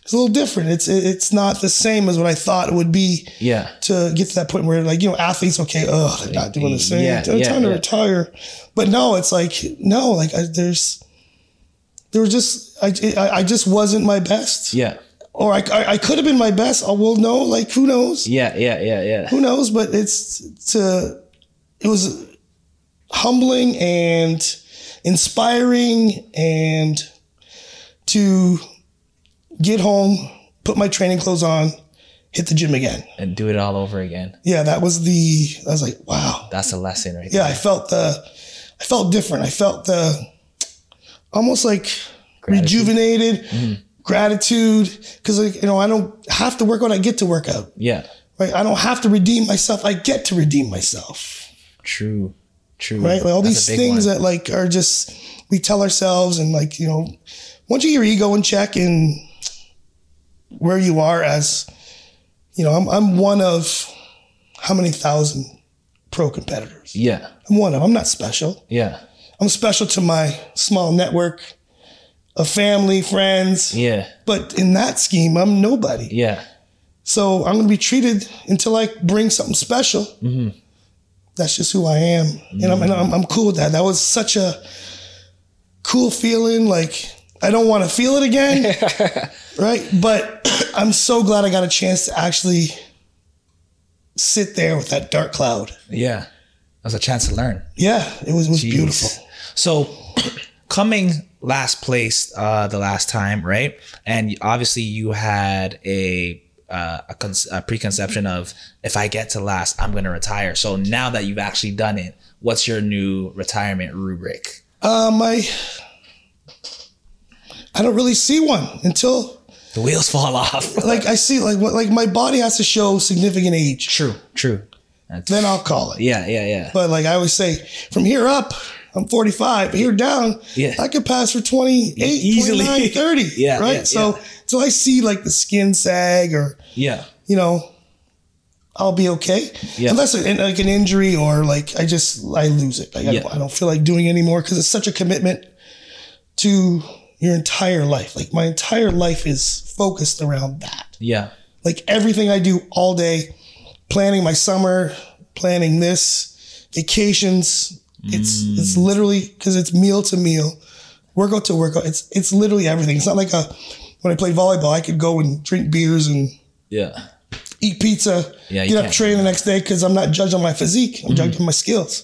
[SPEAKER 1] it's a little different it's it- it's not the same as what i thought it would be
[SPEAKER 2] Yeah.
[SPEAKER 1] to get to that point where like you know athletes okay oh they're not doing the same
[SPEAKER 2] Yeah,
[SPEAKER 1] they're
[SPEAKER 2] yeah,
[SPEAKER 1] trying to
[SPEAKER 2] yeah.
[SPEAKER 1] retire but no it's like no like I, there's there was just I, I i just wasn't my best
[SPEAKER 2] Yeah.
[SPEAKER 1] or i i, I could have been my best i will know like who knows
[SPEAKER 2] Yeah. Yeah. Yeah. Yeah.
[SPEAKER 1] who knows but it's to it was humbling and inspiring and to get home put my training clothes on hit the gym again
[SPEAKER 2] And do it all over again.
[SPEAKER 1] yeah that was the i was like wow
[SPEAKER 2] That's a lesson right
[SPEAKER 1] yeah i felt the i felt different i felt the almost like
[SPEAKER 2] Gratitude.
[SPEAKER 1] rejuvenated gratitude because like you know i don't have to work out i get to work out
[SPEAKER 2] Yeah.
[SPEAKER 1] Right? I don't have to redeem myself. I get to redeem myself.
[SPEAKER 2] True. True.
[SPEAKER 1] Right? Like all
[SPEAKER 2] That's a
[SPEAKER 1] these
[SPEAKER 2] big
[SPEAKER 1] things
[SPEAKER 2] one.
[SPEAKER 1] that like are just we tell ourselves and like, you know, once you get your ego in check and where you are as you know, I'm I'm one of how many thousand pro competitors.
[SPEAKER 2] Yeah.
[SPEAKER 1] I'm one of. I'm not special.
[SPEAKER 2] Yeah.
[SPEAKER 1] I'm special to my small network of family, friends.
[SPEAKER 2] Yeah.
[SPEAKER 1] But in that scheme, I'm nobody.
[SPEAKER 2] Yeah.
[SPEAKER 1] So I'm going to be treated until I bring something special. That's just who I am, and, I'm, and I'm I'm cool with that. That was such a cool feeling. Like I don't want to feel it again, right? But I'm so glad I got a chance to actually sit there with that dark cloud.
[SPEAKER 2] Yeah. That was a chance to learn.
[SPEAKER 1] Yeah, it was it was
[SPEAKER 2] Jeez.
[SPEAKER 1] beautiful.
[SPEAKER 2] So coming last place uh, the last time, right? And obviously you had a uh, a, con- a preconception of if I get to last, I'm gonna retire. So now that you've actually done it, what's your new retirement rubric?
[SPEAKER 1] Uh, my, I don't really see one until
[SPEAKER 2] The wheels fall off.
[SPEAKER 1] like I see like what- like my body has to show significant age.
[SPEAKER 2] true, true.
[SPEAKER 1] Then I'll call it.
[SPEAKER 2] Yeah, yeah, yeah.
[SPEAKER 1] But like I always say, from here up, I'm 45. Here down,
[SPEAKER 2] Yeah. E-,
[SPEAKER 1] I could pass for 28,
[SPEAKER 2] Easily.
[SPEAKER 1] 29, 30.
[SPEAKER 2] Yeah,
[SPEAKER 1] Right.
[SPEAKER 2] yeah,
[SPEAKER 1] so
[SPEAKER 2] yeah.
[SPEAKER 1] so I see like the skin sag or
[SPEAKER 2] yeah.
[SPEAKER 1] you know, I'll be okay.
[SPEAKER 2] Yeah.
[SPEAKER 1] Unless it, like an injury or like I just I lose it. Like, I,
[SPEAKER 2] Yeah.
[SPEAKER 1] I don't feel like doing it anymore because it's such a commitment to your entire life. Like my entire life is focused around that
[SPEAKER 2] Yeah.
[SPEAKER 1] like everything I do all day, planning my summer, planning this, vacations. It's
[SPEAKER 2] Mm.
[SPEAKER 1] it's literally because it's meal to meal, workout to workout. It's it's literally everything. It's not like a when I played volleyball, I could go and drink beers and
[SPEAKER 2] Yeah.
[SPEAKER 1] eat pizza,
[SPEAKER 2] Yeah, you
[SPEAKER 1] get up
[SPEAKER 2] can't. Mm-hmm.
[SPEAKER 1] train the next day because I'm not judged on my physique. I'm judged on my skills.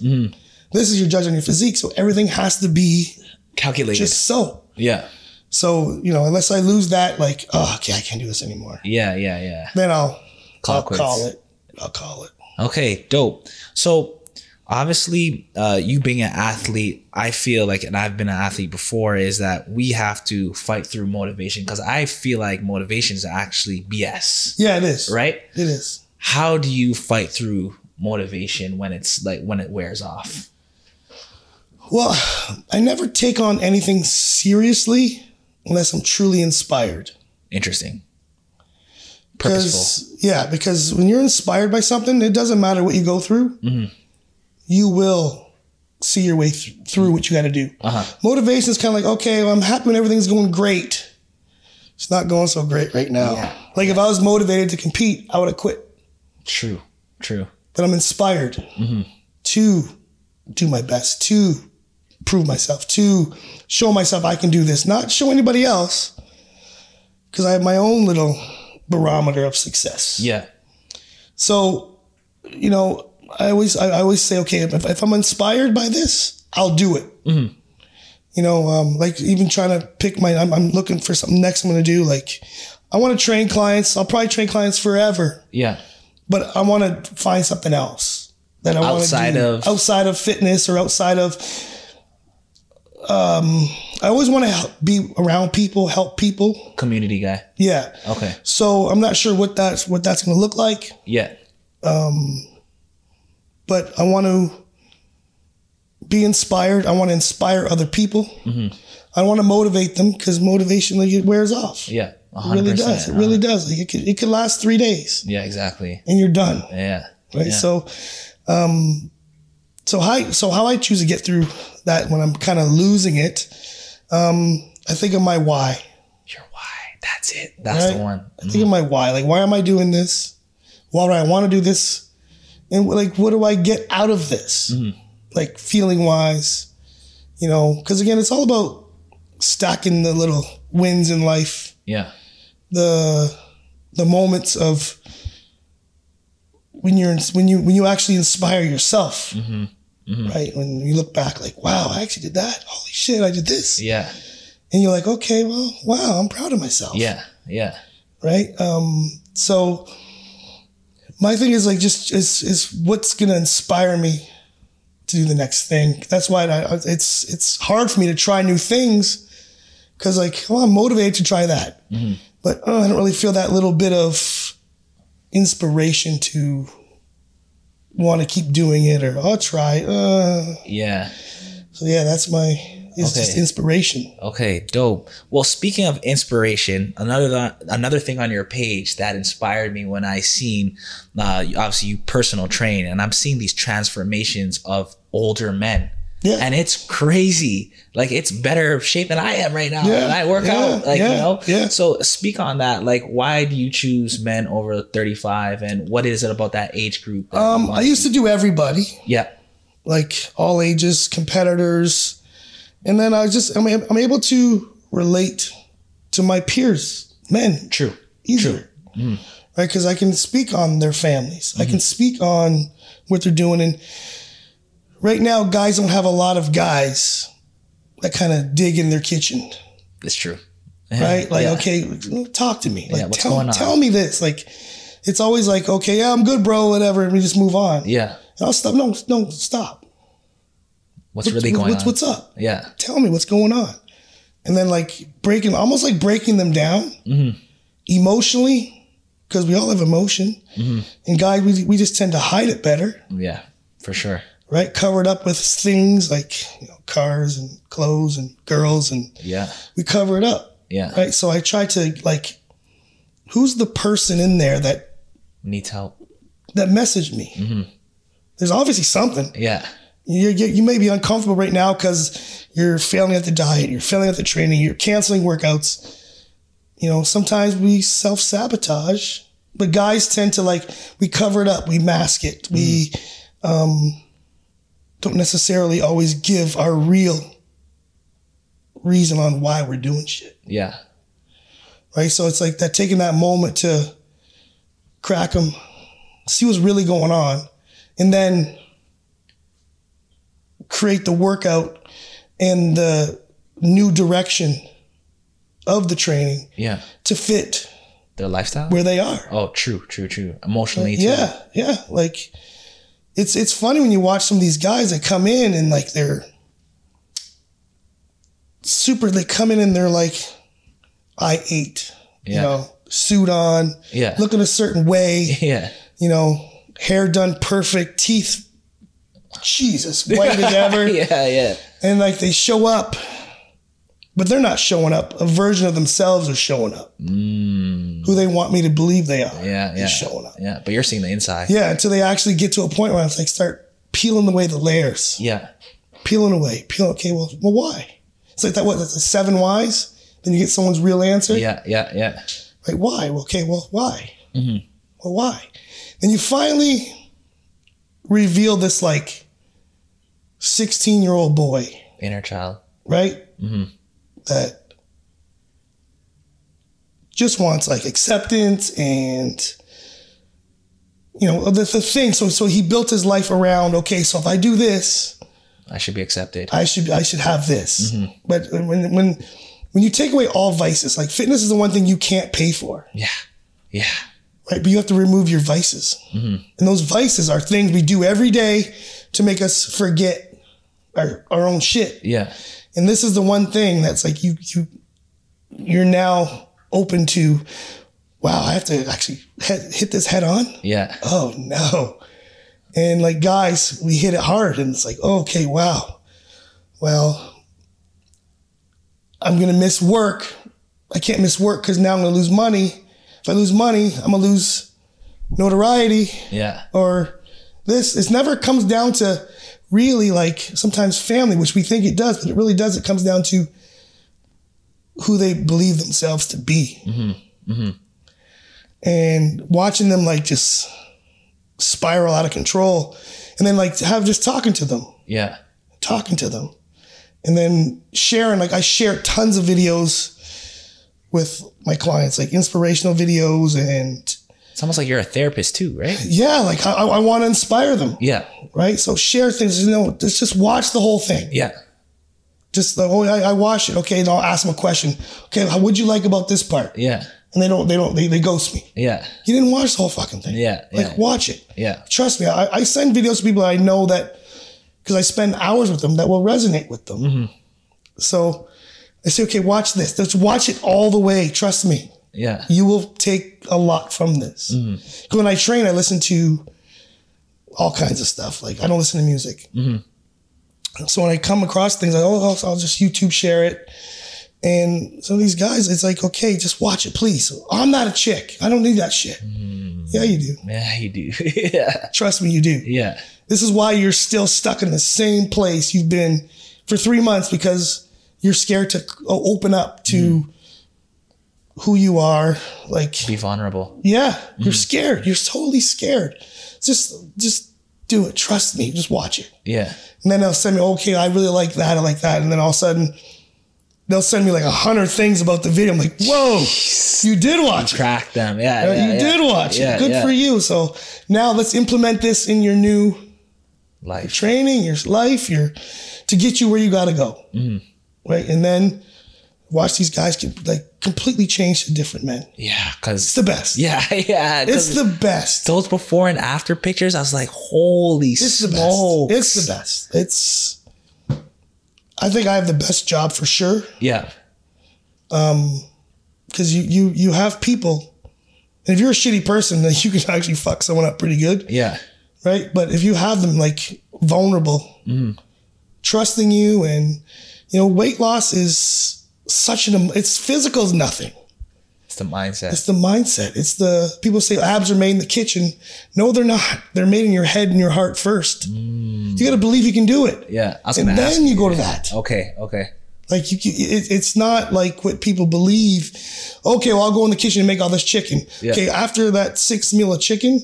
[SPEAKER 1] This is your judge on your physique, so everything has to be
[SPEAKER 2] Calculated.
[SPEAKER 1] just so.
[SPEAKER 2] yeah.
[SPEAKER 1] So you know, unless I lose that, like, oh, okay, I can't do this anymore.
[SPEAKER 2] Yeah, yeah, yeah.
[SPEAKER 1] Then I'll
[SPEAKER 2] Call
[SPEAKER 1] I'll
[SPEAKER 2] quits.
[SPEAKER 1] call it. I'll call it.
[SPEAKER 2] Okay, dope. So obviously, uh, you being an athlete, I feel like, and I've been an athlete before, is that we have to fight through motivation because I feel like motivation is actually BS,
[SPEAKER 1] Yeah, it is.
[SPEAKER 2] right?
[SPEAKER 1] It is.
[SPEAKER 2] How do you fight through motivation when it's like when it wears off?
[SPEAKER 1] Well, I never take on anything seriously unless I'm truly inspired.
[SPEAKER 2] Interesting. Purposeful.
[SPEAKER 1] Because yeah, because when you're inspired by something, it doesn't matter what you go through.
[SPEAKER 2] Mm-hmm.
[SPEAKER 1] You will see your way th- through what you got to do.
[SPEAKER 2] Uh-huh.
[SPEAKER 1] Motivation is kind of like, okay, well, I'm happy when everything's going great. It's not going so great right now. Like if I was motivated to compete, I would have quit.
[SPEAKER 2] True. True.
[SPEAKER 1] But I'm inspired to do my best, to prove myself, to show myself I can do this, not show anybody else, because I have my own little barometer of success.
[SPEAKER 2] Yeah.
[SPEAKER 1] So, you know, I always I always say, okay, if, if I'm inspired by this, I'll do it. You know, um, like even trying to pick my, I'm, I'm looking for something next I'm going to do. Like, I want to train clients. I'll probably train clients forever
[SPEAKER 2] Yeah.
[SPEAKER 1] but I want to find something else that I want
[SPEAKER 2] Outside
[SPEAKER 1] to do
[SPEAKER 2] of-
[SPEAKER 1] outside of fitness or outside of. Um, I always want to help, be around people, help people.
[SPEAKER 2] Community guy.
[SPEAKER 1] Yeah.
[SPEAKER 2] Okay.
[SPEAKER 1] So I'm not sure what that's what that's going to look like,
[SPEAKER 2] Yeah.
[SPEAKER 1] but I want to be inspired. I want to inspire other people.
[SPEAKER 2] Mm-hmm.
[SPEAKER 1] I want to motivate them because motivation like it wears off.
[SPEAKER 2] Yeah.
[SPEAKER 1] It really does. It really does. Like, it could it could last three days
[SPEAKER 2] Yeah, exactly.
[SPEAKER 1] and you're done.
[SPEAKER 2] Yeah.
[SPEAKER 1] right?
[SPEAKER 2] Yeah.
[SPEAKER 1] So, um, so how so how I choose to get through that when I'm kind of losing it, um, I think of my why.
[SPEAKER 2] Your why. That's it. That's
[SPEAKER 1] Right.
[SPEAKER 2] the one.
[SPEAKER 1] I think of my why. Like, why am I doing this? Why do I want to do this? And like, what do I get out of this? Like feeling wise, you know? Because again, it's all about stacking the little wins in life.
[SPEAKER 2] Yeah.
[SPEAKER 1] the the moments of when you're when you when you actually inspire yourself right when you look back like wow i actually did that holy shit i did this
[SPEAKER 2] Yeah.
[SPEAKER 1] and you're like okay well wow i'm proud of myself
[SPEAKER 2] Yeah. Yeah.
[SPEAKER 1] right um so my thing is like just is is what's gonna inspire me to do the next thing that's why I, I- it's it's hard for me to try new things because like well i'm motivated to try that
[SPEAKER 2] Mm-hmm.
[SPEAKER 1] but oh, i don't really feel that little bit of inspiration to want to keep doing it or i'll try uh
[SPEAKER 2] Yeah.
[SPEAKER 1] so yeah that's my it's just
[SPEAKER 2] Okay.
[SPEAKER 1] inspiration
[SPEAKER 2] Okay, dope. Well, speaking of inspiration, another another thing on your page that inspired me when I seen, uh, you- obviously you personal train, and I'm seeing these transformations of older men,
[SPEAKER 1] Yeah.
[SPEAKER 2] and it's crazy. Like it's better shape than I am right now,
[SPEAKER 1] Yeah,
[SPEAKER 2] and I work
[SPEAKER 1] yeah,
[SPEAKER 2] out, like
[SPEAKER 1] yeah,
[SPEAKER 2] you know.
[SPEAKER 1] yeah.
[SPEAKER 2] So speak on that. Like, why do you choose men over 35, and what is it about that age group? that
[SPEAKER 1] um
[SPEAKER 2] you
[SPEAKER 1] i
[SPEAKER 2] want-
[SPEAKER 1] used to do everybody
[SPEAKER 2] yeah,
[SPEAKER 1] like all ages, competitors. And then I was just, I'm, I'm able to relate to my peers, men,
[SPEAKER 2] true,
[SPEAKER 1] easier.
[SPEAKER 2] Mm-hmm.
[SPEAKER 1] Right? Because I can speak on their families, I can speak on what they're doing. And right now, guys don't have a lot of guys that kind of dig in their kitchen,
[SPEAKER 2] It's true.
[SPEAKER 1] right? Like,
[SPEAKER 2] yeah.
[SPEAKER 1] okay, talk to me. Like,
[SPEAKER 2] what's
[SPEAKER 1] tell,
[SPEAKER 2] going on?
[SPEAKER 1] tell me this. Like, it's always like, okay, yeah, I'm good, bro, whatever, and we just move on.
[SPEAKER 2] Yeah.
[SPEAKER 1] I'll stop. No, no, stop.
[SPEAKER 2] What's really
[SPEAKER 1] What-
[SPEAKER 2] going
[SPEAKER 1] what's,
[SPEAKER 2] on?
[SPEAKER 1] What's up?
[SPEAKER 2] yeah.
[SPEAKER 1] tell me what's going on and then like breaking almost like breaking them down emotionally because we all have emotion and guys we, we just tend to hide it better
[SPEAKER 2] Yeah. For sure.
[SPEAKER 1] right cover it up with things like you know, cars and clothes and girls and
[SPEAKER 2] Yeah.
[SPEAKER 1] we cover it up
[SPEAKER 2] Yeah.
[SPEAKER 1] right so i try to like who's the person in there that
[SPEAKER 2] Needs help.
[SPEAKER 1] that messaged me there's obviously something
[SPEAKER 2] Yeah.
[SPEAKER 1] you, you, you may be uncomfortable right now because you're failing at the diet, you're failing at the training, you're canceling workouts. You know, sometimes we self sabotage, but guys tend to like, we cover it up, we mask it, we um, don't necessarily always give our real reason on why we're doing shit,
[SPEAKER 2] Yeah.
[SPEAKER 1] right? So it's like that taking that moment to crack them, see what's really going on, and then create the workout and the new direction of the training
[SPEAKER 2] Yeah.
[SPEAKER 1] to fit
[SPEAKER 2] Their lifestyle.
[SPEAKER 1] where they are.
[SPEAKER 2] oh, true. True. True. Emotionally. Too.
[SPEAKER 1] Yeah, yeah. Like it's it's funny when you watch some of these guys that come in and like they're super they come in and they're like I ate, you
[SPEAKER 2] Yeah.
[SPEAKER 1] know, suit on,
[SPEAKER 2] Yeah.
[SPEAKER 1] looking a certain way,
[SPEAKER 2] Yeah.
[SPEAKER 1] you know, hair done perfect, teeth Jesus, white as ever.
[SPEAKER 2] yeah. Yeah.
[SPEAKER 1] and like they show up, but they're not showing up. A version of themselves is showing up. Who they want me to believe they are.
[SPEAKER 2] Mm, Yeah.
[SPEAKER 1] is
[SPEAKER 2] Yeah.
[SPEAKER 1] showing up.
[SPEAKER 2] Yeah. But you're seeing the inside.
[SPEAKER 1] Yeah, until they actually get to a point where it's like start peeling away the layers,
[SPEAKER 2] Yeah.
[SPEAKER 1] peeling away, peeling. Okay, well, well, why? It's like that. What? That's the seven whys. Then you get someone's real answer.
[SPEAKER 2] Yeah. Yeah. Yeah.
[SPEAKER 1] Like why? Well, okay, well, why? Well, why? Then you finally reveal this like sixteen-year-old boy.
[SPEAKER 2] Inner child.
[SPEAKER 1] right? That just wants like acceptance and you know the, the thing. So so he built his life around. Okay, so if I do this,
[SPEAKER 2] I should be accepted.
[SPEAKER 1] I should I should have this. But when when when you take away all vices, like fitness is the one thing you can't pay for,
[SPEAKER 2] yeah. Yeah.
[SPEAKER 1] right? But you have to remove your vices, and those vices are things we do every day to make us forget our, our own shit.
[SPEAKER 2] Yeah.
[SPEAKER 1] And this is the one thing that's like you you you're now open to wow, I have to actually hit, hit this head on.
[SPEAKER 2] Yeah.
[SPEAKER 1] Oh no. And like guys, we hit it hard and it's like, okay, wow. Well, I'm going to miss work. I can't miss work cuz now I'm going to lose money. If I lose money, I'm going to lose notoriety
[SPEAKER 2] Yeah.
[SPEAKER 1] or this. It never comes down to really like sometimes family, which we think it does, but it really does. It comes down to who they believe themselves to be. And watching them like just spiral out of control and then like have just talking to them,
[SPEAKER 2] Yeah.
[SPEAKER 1] talking to them. And then sharing, like I share tons of videos with my clients, like inspirational videos and
[SPEAKER 2] It's almost like you're a therapist too, right?
[SPEAKER 1] yeah, like I, I want to inspire them
[SPEAKER 2] Yeah.
[SPEAKER 1] right? So share things. You know, just just watch the whole thing.
[SPEAKER 2] Yeah.
[SPEAKER 1] Just the whole. I, I watch it. Okay, and I'll ask them a question. Okay, how would you like about this part?
[SPEAKER 2] Yeah.
[SPEAKER 1] And they don't. They don't. They, they ghost me.
[SPEAKER 2] Yeah.
[SPEAKER 1] You didn't watch the whole fucking thing.
[SPEAKER 2] Yeah,
[SPEAKER 1] Like
[SPEAKER 2] yeah.
[SPEAKER 1] watch it.
[SPEAKER 2] Yeah.
[SPEAKER 1] Trust me. I, I send videos to people that I know that because I spend hours with them that will resonate with them.
[SPEAKER 2] Mm-hmm.
[SPEAKER 1] So I say, okay, watch this. Just watch it all the way. Trust me
[SPEAKER 2] Yeah.
[SPEAKER 1] you will take a lot from this. 'Cause When I train, I listen to all kinds of stuff. Like I don't listen to music, so when I come across things, I oh, I'll, I'll just YouTube share it. And some of these guys, it's like, okay, just watch it, please. I'm not a chick. I don't need that shit. Yeah, you do.
[SPEAKER 2] Yeah, you do. yeah.
[SPEAKER 1] Trust me, you do.
[SPEAKER 2] Yeah.
[SPEAKER 1] This is why you're still stuck in the same place you've been for three months because you're scared to o- open up to who you are. Like,
[SPEAKER 2] Be vulnerable.
[SPEAKER 1] yeah,
[SPEAKER 2] Mm-hmm.
[SPEAKER 1] you're scared. You're totally scared. Just, just do it. Trust me. Just watch it.
[SPEAKER 2] Yeah.
[SPEAKER 1] And then they'll send me, okay, I really like that. I like that. And then all of a sudden, they'll send me like a hundred things about the video. I'm like, whoa, you did watch it.
[SPEAKER 2] Crack them. Yeah.
[SPEAKER 1] You
[SPEAKER 2] yeah, yeah.
[SPEAKER 1] did watch
[SPEAKER 2] Yeah,
[SPEAKER 1] it. Good
[SPEAKER 2] yeah.
[SPEAKER 1] for you. So now let's implement this in your new
[SPEAKER 2] Life. Mm-hmm.
[SPEAKER 1] training, your life, your to get you where you got to go. right? And then watch these guys get like completely change to different men.
[SPEAKER 2] Yeah,
[SPEAKER 1] It's
[SPEAKER 2] because
[SPEAKER 1] the best.
[SPEAKER 2] yeah, yeah, 'cause
[SPEAKER 1] It's the best.
[SPEAKER 2] those before and after pictures. I was like, holy
[SPEAKER 1] It's the
[SPEAKER 2] smokes!
[SPEAKER 1] best. It's the best. It's. I think I have the best job for sure
[SPEAKER 2] yeah,
[SPEAKER 1] because you you you have people, and if you're a shitty person, then you can actually fuck someone up pretty good,
[SPEAKER 2] yeah,
[SPEAKER 1] right? But if you have them like vulnerable, trusting you, and you know weight loss is such an it's physical is nothing.
[SPEAKER 2] it's the mindset.
[SPEAKER 1] It's the mindset. It's the people say abs are made in the kitchen. No, they're not. They're made in your head and your heart first. You got to believe you can do it,
[SPEAKER 2] yeah, I was
[SPEAKER 1] and
[SPEAKER 2] gonna ask.
[SPEAKER 1] then you go to that.
[SPEAKER 2] Okay, okay,
[SPEAKER 1] Like you, can- it, it's not like what people believe. Okay, well I'll go in the kitchen and make all this chicken.
[SPEAKER 2] Yeah.
[SPEAKER 1] Okay, after that sixth meal of chicken,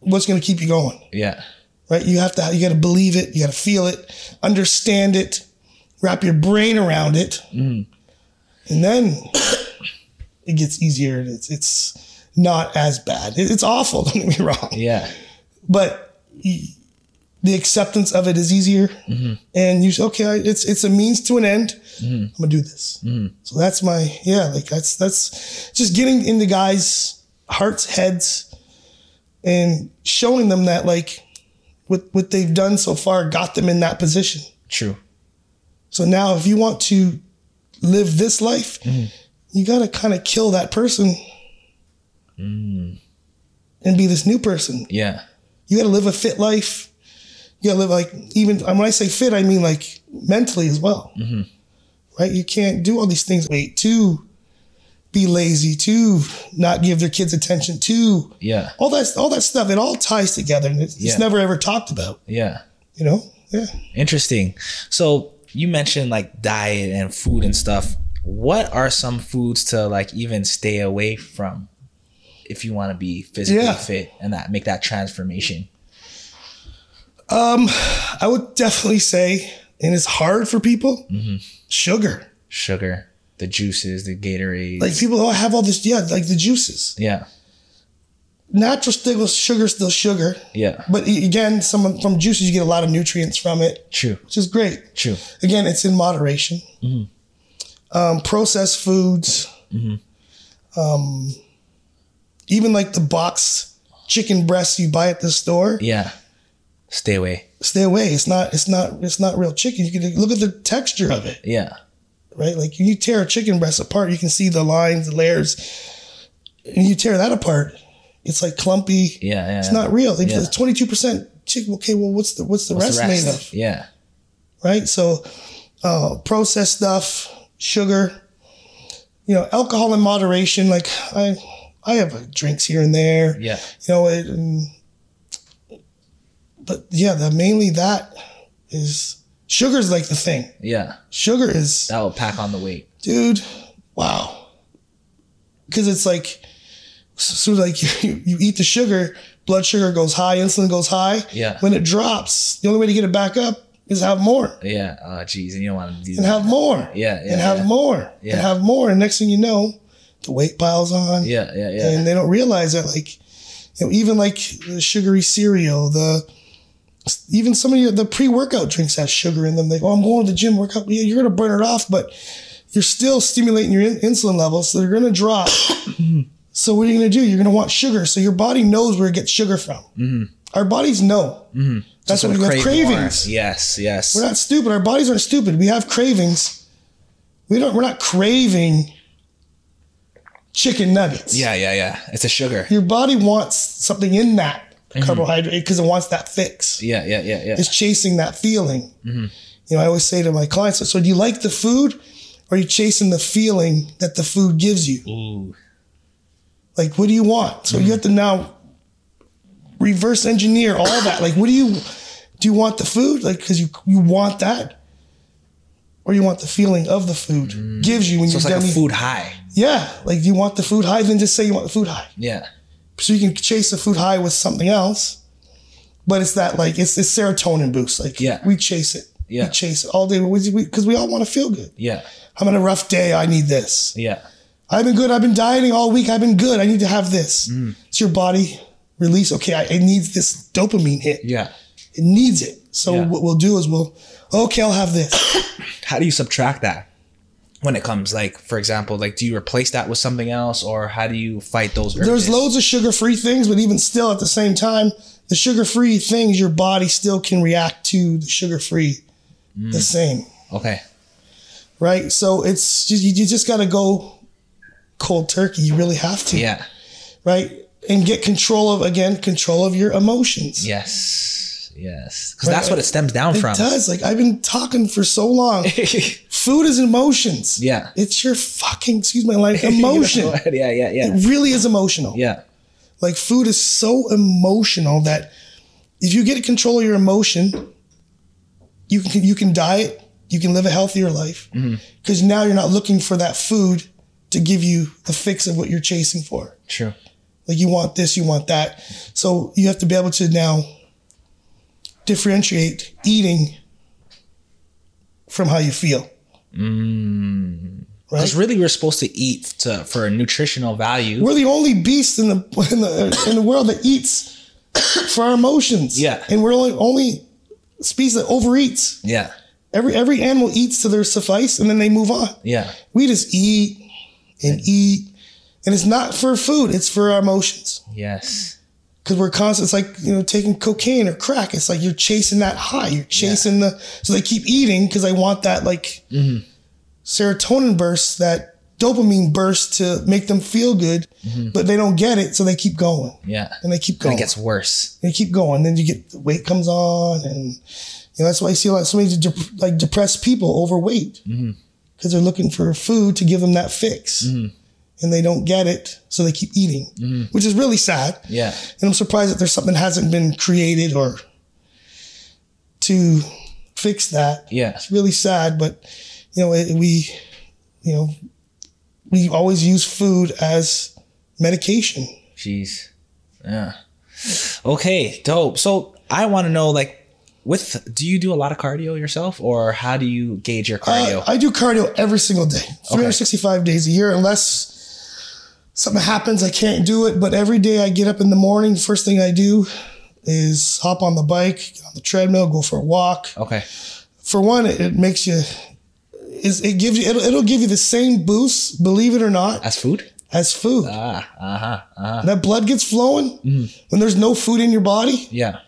[SPEAKER 1] what's going to keep you going?
[SPEAKER 2] yeah,
[SPEAKER 1] Right? You have to. You got to believe it. You got to feel it. Understand it. Wrap your brain around it, and then it gets easier. and It's it's not as bad. It- it's awful. Don't get me wrong.
[SPEAKER 2] yeah,
[SPEAKER 1] But y- the acceptance of it is easier, and you say, okay, I- it's it's a means to an end. I'm gonna do this. So that's my yeah. Like that's that's just getting into guys' hearts, heads, and showing them that like what what they've done so far got them in that position.
[SPEAKER 2] true.
[SPEAKER 1] So now, if you want to live this life, you got to kind of kill that person and be this new person.
[SPEAKER 2] Yeah,
[SPEAKER 1] You got to live a fit life. You got to live like, even and when I say fit, I mean like mentally as well. Right? You can't do all these things. Wait, to be lazy, to not give their kids attention, to
[SPEAKER 2] yeah,
[SPEAKER 1] all that, all that stuff. It all ties together and it's,
[SPEAKER 2] Yeah.
[SPEAKER 1] it's never ever talked about,
[SPEAKER 2] yeah.
[SPEAKER 1] you know? Yeah.
[SPEAKER 2] Interesting. So you mentioned like diet and food and stuff. What are some foods to like even stay away from if you want to be physically
[SPEAKER 1] Yeah.
[SPEAKER 2] fit and that make that transformation?
[SPEAKER 1] I would definitely say, and it's hard for people, sugar.
[SPEAKER 2] Sugar, the juices, the Gatorade.
[SPEAKER 1] Like people, oh, I have all this, yeah, like the juices.
[SPEAKER 2] yeah,
[SPEAKER 1] Natural still sugar, still sugar.
[SPEAKER 2] yeah.
[SPEAKER 1] But a- again, some from juices you get a lot of nutrients from it,
[SPEAKER 2] True,
[SPEAKER 1] which is great.
[SPEAKER 2] true.
[SPEAKER 1] Again, it's in moderation.
[SPEAKER 2] Mm-hmm.
[SPEAKER 1] Um, processed foods, um, even like the box chicken breasts you buy at the store,
[SPEAKER 2] Yeah. Stay away.
[SPEAKER 1] stay away. It's not, it's not, it's not real chicken. You can look at the texture of it.
[SPEAKER 2] Yeah,
[SPEAKER 1] right? Like you tear a chicken breast apart, you can see the lines, the layers, and you tear that apart. It's like clumpy.
[SPEAKER 2] yeah, yeah.
[SPEAKER 1] It's not real.
[SPEAKER 2] Yeah.
[SPEAKER 1] It's twenty two percent chicken. Okay, well, what's the what's the
[SPEAKER 2] What's
[SPEAKER 1] rest,
[SPEAKER 2] the
[SPEAKER 1] made of?
[SPEAKER 2] Yeah,
[SPEAKER 1] Right. So, uh, processed stuff, sugar, you know, alcohol in moderation. Like I, I have uh, drinks here and there.
[SPEAKER 2] yeah,
[SPEAKER 1] You know it. And, but yeah, the, mainly that is sugar's like the thing.
[SPEAKER 2] yeah.
[SPEAKER 1] Sugar is
[SPEAKER 2] That will pack on the weight.
[SPEAKER 1] dude wow because it's like so like you, you eat the sugar blood sugar goes high insulin goes high
[SPEAKER 2] Yeah.
[SPEAKER 1] when it drops the only way to get it back up is have more
[SPEAKER 2] Yeah. Oh, geez, and you don't want to do
[SPEAKER 1] and
[SPEAKER 2] that.
[SPEAKER 1] have more
[SPEAKER 2] Yeah, yeah,
[SPEAKER 1] and have
[SPEAKER 2] yeah.
[SPEAKER 1] more
[SPEAKER 2] Yeah.
[SPEAKER 1] and have more and next thing you know the weight piles on
[SPEAKER 2] yeah, yeah, yeah.
[SPEAKER 1] and they don't realize that like you know even like the sugary cereal the even some of your, the pre-workout drinks have sugar in them they go i'm going to the gym workout yeah you're going to burn it off but you're still stimulating your in- insulin levels so they're going to drop so what are you going to do you're going to want sugar so your body knows where it gets sugar from
[SPEAKER 2] Mm-hmm.
[SPEAKER 1] our bodies know that's what we have
[SPEAKER 2] more.
[SPEAKER 1] cravings
[SPEAKER 2] Yes, yes.
[SPEAKER 1] we're not stupid. Our bodies aren't stupid. We have cravings. We don't. We're not craving chicken nuggets.
[SPEAKER 2] yeah, yeah, yeah. It's a sugar.
[SPEAKER 1] Your body wants something in that carbohydrate because it wants that fix.
[SPEAKER 2] Mm-hmm. Yeah, Mm-hmm. yeah, yeah, yeah.
[SPEAKER 1] It's chasing that feeling. You know, I always say to my clients, "So, do you like the food, or are you chasing the feeling that the food gives you?
[SPEAKER 2] Ooh.
[SPEAKER 1] Like, what do you want?" So you have to now reverse engineer all that. Like, what do you do? You want the food, like, because you you want that, or you want the feeling of the food gives you when
[SPEAKER 2] So
[SPEAKER 1] you're
[SPEAKER 2] it's like a
[SPEAKER 1] done. eating-
[SPEAKER 2] food high.
[SPEAKER 1] Yeah, like you want the food high, then just say you want the food high.
[SPEAKER 2] Yeah.
[SPEAKER 1] so you can chase the food high with something else. But it's that like it's it's serotonin boost. Like
[SPEAKER 2] Yeah.
[SPEAKER 1] we chase it.
[SPEAKER 2] Yeah.
[SPEAKER 1] We chase it all day because we, 'cause we all want to feel good.
[SPEAKER 2] Yeah.
[SPEAKER 1] I'm on a rough day. I need this.
[SPEAKER 2] Yeah.
[SPEAKER 1] I've been good. I've been dieting all week. I've been good. I need to have this.
[SPEAKER 2] Mm.
[SPEAKER 1] It's your body release. Okay, I, it needs this dopamine hit.
[SPEAKER 2] Yeah.
[SPEAKER 1] It needs it. So
[SPEAKER 2] Yeah.
[SPEAKER 1] what we'll do is we'll okay, I'll have this.
[SPEAKER 2] How do you subtract that when it comes? Like, for example, like do you replace that with something else, or how do you fight those? Urges?
[SPEAKER 1] There's loads of sugar-free things, but even still, at the same time, the sugar-free things your body still can react to the sugar-free
[SPEAKER 2] Mm.
[SPEAKER 1] the same,
[SPEAKER 2] Okay.
[SPEAKER 1] right? So it's just, you, you just got to go cold turkey. You really have to,
[SPEAKER 2] Yeah.
[SPEAKER 1] right? And get control of again control of your emotions.
[SPEAKER 2] Yes. Yes. Because that's what it stems down
[SPEAKER 1] It
[SPEAKER 2] from.
[SPEAKER 1] does. Like I've been talking for so long. Food is emotions.
[SPEAKER 2] Yeah.
[SPEAKER 1] It's your fucking excuse my language
[SPEAKER 2] You know
[SPEAKER 1] emotion.
[SPEAKER 2] what? yeah. Yeah. Yeah.
[SPEAKER 1] It really is emotional.
[SPEAKER 2] Yeah.
[SPEAKER 1] Like food is so emotional that if you get control of your emotion, you can you can diet, you can live a healthier life
[SPEAKER 2] Mm-hmm.
[SPEAKER 1] because now you're not looking for that food to give you the fix of what you're chasing for.
[SPEAKER 2] True.
[SPEAKER 1] Like you want this, you want that. So you have to be able to now differentiate eating from how you feel.
[SPEAKER 2] Because
[SPEAKER 1] Right?
[SPEAKER 2] really, we're supposed to eat to for a nutritional value.
[SPEAKER 1] We're the only beast in the in the in the world that eats for our emotions.
[SPEAKER 2] Yeah.
[SPEAKER 1] And we're only only species that overeats.
[SPEAKER 2] yeah.
[SPEAKER 1] Every every animal eats to their suffice and then they move on.
[SPEAKER 2] Yeah.
[SPEAKER 1] We just eat and eat. And it's not for food, it's for our emotions.
[SPEAKER 2] Yes.
[SPEAKER 1] because we're constant. It's like you know, taking cocaine or crack. It's like you're chasing that high. You're chasing the. So they keep eating because they want that like
[SPEAKER 2] Mm-hmm.
[SPEAKER 1] serotonin burst, that dopamine burst to make them feel good, but they don't get it, so they keep going
[SPEAKER 2] Yeah.
[SPEAKER 1] and they keep
[SPEAKER 2] And
[SPEAKER 1] going.
[SPEAKER 2] Mm-hmm. it gets worse.
[SPEAKER 1] they keep going. Then you get the weight comes on, and you know that's why you see a lot so many dep- like depressed people overweight because
[SPEAKER 2] Mm-hmm.
[SPEAKER 1] they're looking for food to give them that fix.
[SPEAKER 2] Mm-hmm.
[SPEAKER 1] And they don't get it, so they keep eating, which is really sad
[SPEAKER 2] Yeah.
[SPEAKER 1] and I'm surprised that there's something that hasn't been created or to fix that.
[SPEAKER 2] Yeah.
[SPEAKER 1] It's really sad, but you know, it, we, you know, we always use food as medication.
[SPEAKER 2] Jeez. Yeah. Okay. Dope. So I want to know, like, with do you do a lot of cardio yourself, or how do you gauge your cardio?
[SPEAKER 1] Uh, I do cardio every single day, 365 days a year, unless something happens I can't do it. But every day I get up in the morning, first thing I do is hop on the bike, get on the treadmill, go for a walk.
[SPEAKER 2] okay.
[SPEAKER 1] for one, it, it makes you. It's, it gives you. It'll, it'll give you the same boost, believe it or not,
[SPEAKER 2] As food.
[SPEAKER 1] as food.
[SPEAKER 2] Ah. Mm-hmm. Uh huh.
[SPEAKER 1] that blood gets flowing when there's no food in your body,
[SPEAKER 2] Yeah.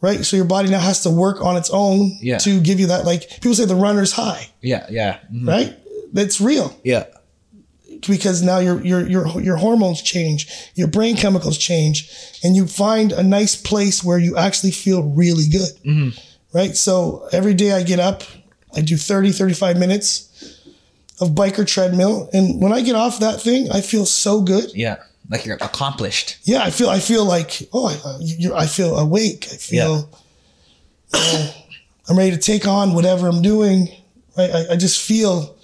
[SPEAKER 1] right? So your body now has to work on its own
[SPEAKER 2] Yeah.
[SPEAKER 1] to give you that. Like people say, the runner's high,
[SPEAKER 2] Yeah. Yeah. mhm,
[SPEAKER 1] right? That's real
[SPEAKER 2] Yeah.
[SPEAKER 1] because now your your your your hormones change, your brain chemicals change, and you find a nice place where you actually feel really good. Right? So every day I get up, I do 30 35 minutes of bike or treadmill, and when I get off that thing, I feel so good.
[SPEAKER 2] Yeah. Like you're accomplished.
[SPEAKER 1] Yeah, I feel I feel like oh, I, you're, I feel awake. I feel uh, I'm ready to take on whatever I'm doing. Right? I, I just feel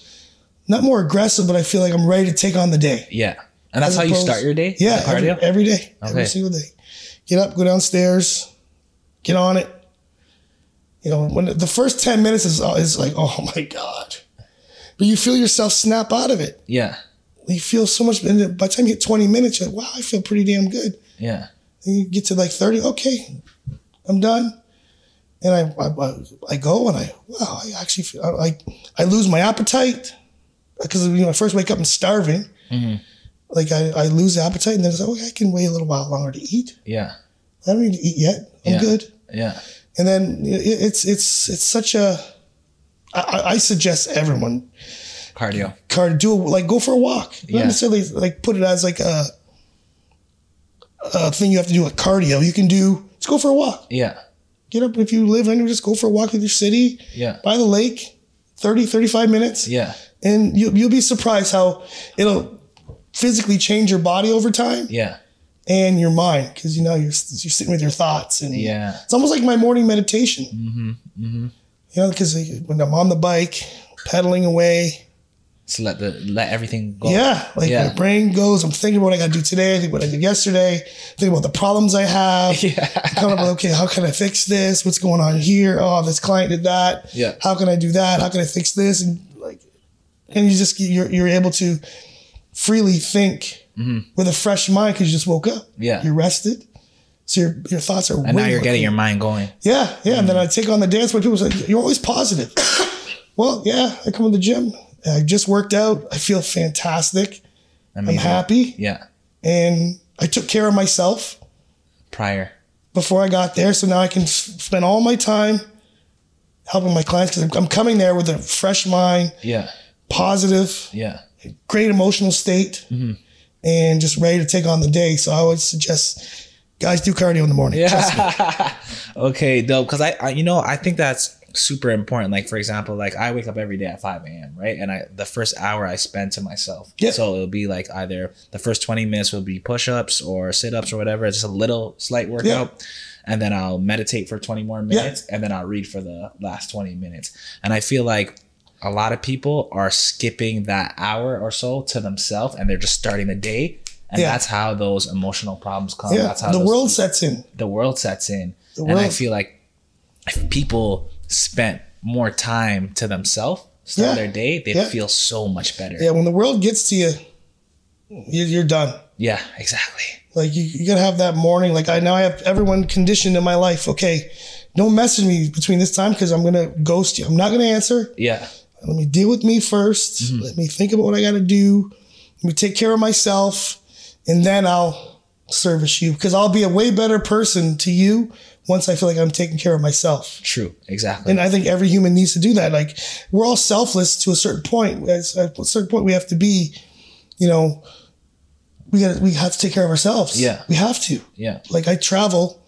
[SPEAKER 1] not more aggressive, but I feel like I'm ready to take on the day.
[SPEAKER 2] Yeah. And that's
[SPEAKER 1] As
[SPEAKER 2] how you
[SPEAKER 1] opposed-
[SPEAKER 2] start your day.
[SPEAKER 1] Yeah,
[SPEAKER 2] With
[SPEAKER 1] every-
[SPEAKER 2] Cardio.
[SPEAKER 1] every day, every
[SPEAKER 2] Okay.
[SPEAKER 1] single day. Get up, go downstairs, get on it. You know, when the first ten minutes is is like, oh my god, but you feel yourself snap out of it.
[SPEAKER 2] yeah.
[SPEAKER 1] You feel so much. And then by the time you get twenty minutes, you're like, wow, I feel pretty damn good.
[SPEAKER 2] Yeah.
[SPEAKER 1] And you get to like thirty, okay, I'm done. And I I, I, I go and I wow, I actually feel, I, I I lose my appetite because you know I first wake up and starving.
[SPEAKER 2] Mm-hmm.
[SPEAKER 1] Like I, I lose appetite and then it's like, okay, I can wait a little while longer to eat.
[SPEAKER 2] Yeah.
[SPEAKER 1] I don't need to eat yet. I'm
[SPEAKER 2] Yeah.
[SPEAKER 1] good.
[SPEAKER 2] Yeah.
[SPEAKER 1] And then it, it's it's it's such a. I- I, I suggest everyone
[SPEAKER 2] Cardio.
[SPEAKER 1] car do a, like go for a walk. Not
[SPEAKER 2] Yeah.
[SPEAKER 1] necessarily like put it as like a a thing you have to do with cardio. You can do just go for a walk.
[SPEAKER 2] Yeah.
[SPEAKER 1] Get up if you live anywhere, just go for a walk in your city
[SPEAKER 2] Yeah.
[SPEAKER 1] by the lake, 30, 35 minutes.
[SPEAKER 2] Yeah.
[SPEAKER 1] And you, you'll be surprised how it'll physically change your body over time
[SPEAKER 2] Yeah.
[SPEAKER 1] and your mind because you know you're you're sitting with your thoughts and
[SPEAKER 2] Yeah.
[SPEAKER 1] it's almost like my morning meditation. Mm-hmm, mm-hmm. You know, because when I'm on the bike, pedaling away,
[SPEAKER 2] So let the let everything go.
[SPEAKER 1] yeah, like
[SPEAKER 2] Yeah.
[SPEAKER 1] my brain goes. I'm thinking what I got to do today. I think what I did yesterday. Think about the problems I have.
[SPEAKER 2] Yeah.
[SPEAKER 1] Kind of like, okay, how can I fix this? What's going on here? Oh, this client did that.
[SPEAKER 2] Yeah.
[SPEAKER 1] How can I do that? How can I fix this? And like, and you just you're you're able to freely think with a fresh mind because you just woke up.
[SPEAKER 2] Mm-hmm. Yeah.
[SPEAKER 1] You're rested. So your, your thoughts are.
[SPEAKER 2] And now
[SPEAKER 1] way
[SPEAKER 2] you're
[SPEAKER 1] more
[SPEAKER 2] getting
[SPEAKER 1] clear.
[SPEAKER 2] your Mm-hmm. mind going.
[SPEAKER 1] Yeah, yeah. And then I take on the dance where people say, You're always positive. well, yeah, I come to the gym. I just worked out. I feel fantastic. I'm
[SPEAKER 2] Amazing.
[SPEAKER 1] happy.
[SPEAKER 2] Yeah.
[SPEAKER 1] And I took care of myself
[SPEAKER 2] Prior.
[SPEAKER 1] before I got there. So now I can s- spend all my time helping my clients because I'm coming there with a fresh mind,
[SPEAKER 2] Yeah.
[SPEAKER 1] positive,
[SPEAKER 2] Yeah.
[SPEAKER 1] great emotional state,
[SPEAKER 2] Mm-hmm.
[SPEAKER 1] and just ready to take on the day. So I would suggest guys do cardio in the morning. Trust me.
[SPEAKER 2] okay, dope. Because I, I, you know, I think that's super important. Like for example, like I wake up every day at five a.m. Right, and I the first hour I spend to myself.
[SPEAKER 1] Yeah.
[SPEAKER 2] So it'll be like either the first twenty minutes will be push-ups or sit-ups or whatever, just a little slight workout. And then I'll meditate for 20 more minutes and then I'll read for the last 20 minutes. And I feel like a lot of people are skipping that hour or so to themselves and they're just starting the day. And
[SPEAKER 1] Yeah.
[SPEAKER 2] that's how those emotional problems come.
[SPEAKER 1] Yeah,
[SPEAKER 2] That's how
[SPEAKER 1] the
[SPEAKER 2] those-
[SPEAKER 1] world sets in.
[SPEAKER 2] the world sets in.
[SPEAKER 1] The
[SPEAKER 2] And I
[SPEAKER 1] world-
[SPEAKER 2] feel like if people spent more time to themselves, start
[SPEAKER 1] Yeah.
[SPEAKER 2] their day, they'd
[SPEAKER 1] Yeah.
[SPEAKER 2] feel so much better.
[SPEAKER 1] Yeah, when the world gets to you, you- you're done.
[SPEAKER 2] Yeah, exactly.
[SPEAKER 1] Like you, you gotta have that morning. Like I now I have everyone conditioned in my life. Okay, don't message me between this time because I'm gonna ghost you. I'm not gonna answer.
[SPEAKER 2] Yeah.
[SPEAKER 1] Let me deal with me 1st Let me think about what I gotta do. Let me take care of myself, and then I'll service you because I'll be a way better person to you once I feel like I'm taking care of myself.
[SPEAKER 2] True. Exactly.
[SPEAKER 1] And I think every human needs to do that. Like we're all selfless to a certain point. As- At a certain point, we have to be, you know, we got to we have to take care of ourselves.
[SPEAKER 2] Yeah.
[SPEAKER 1] we have to.
[SPEAKER 2] yeah.
[SPEAKER 1] Like I travel,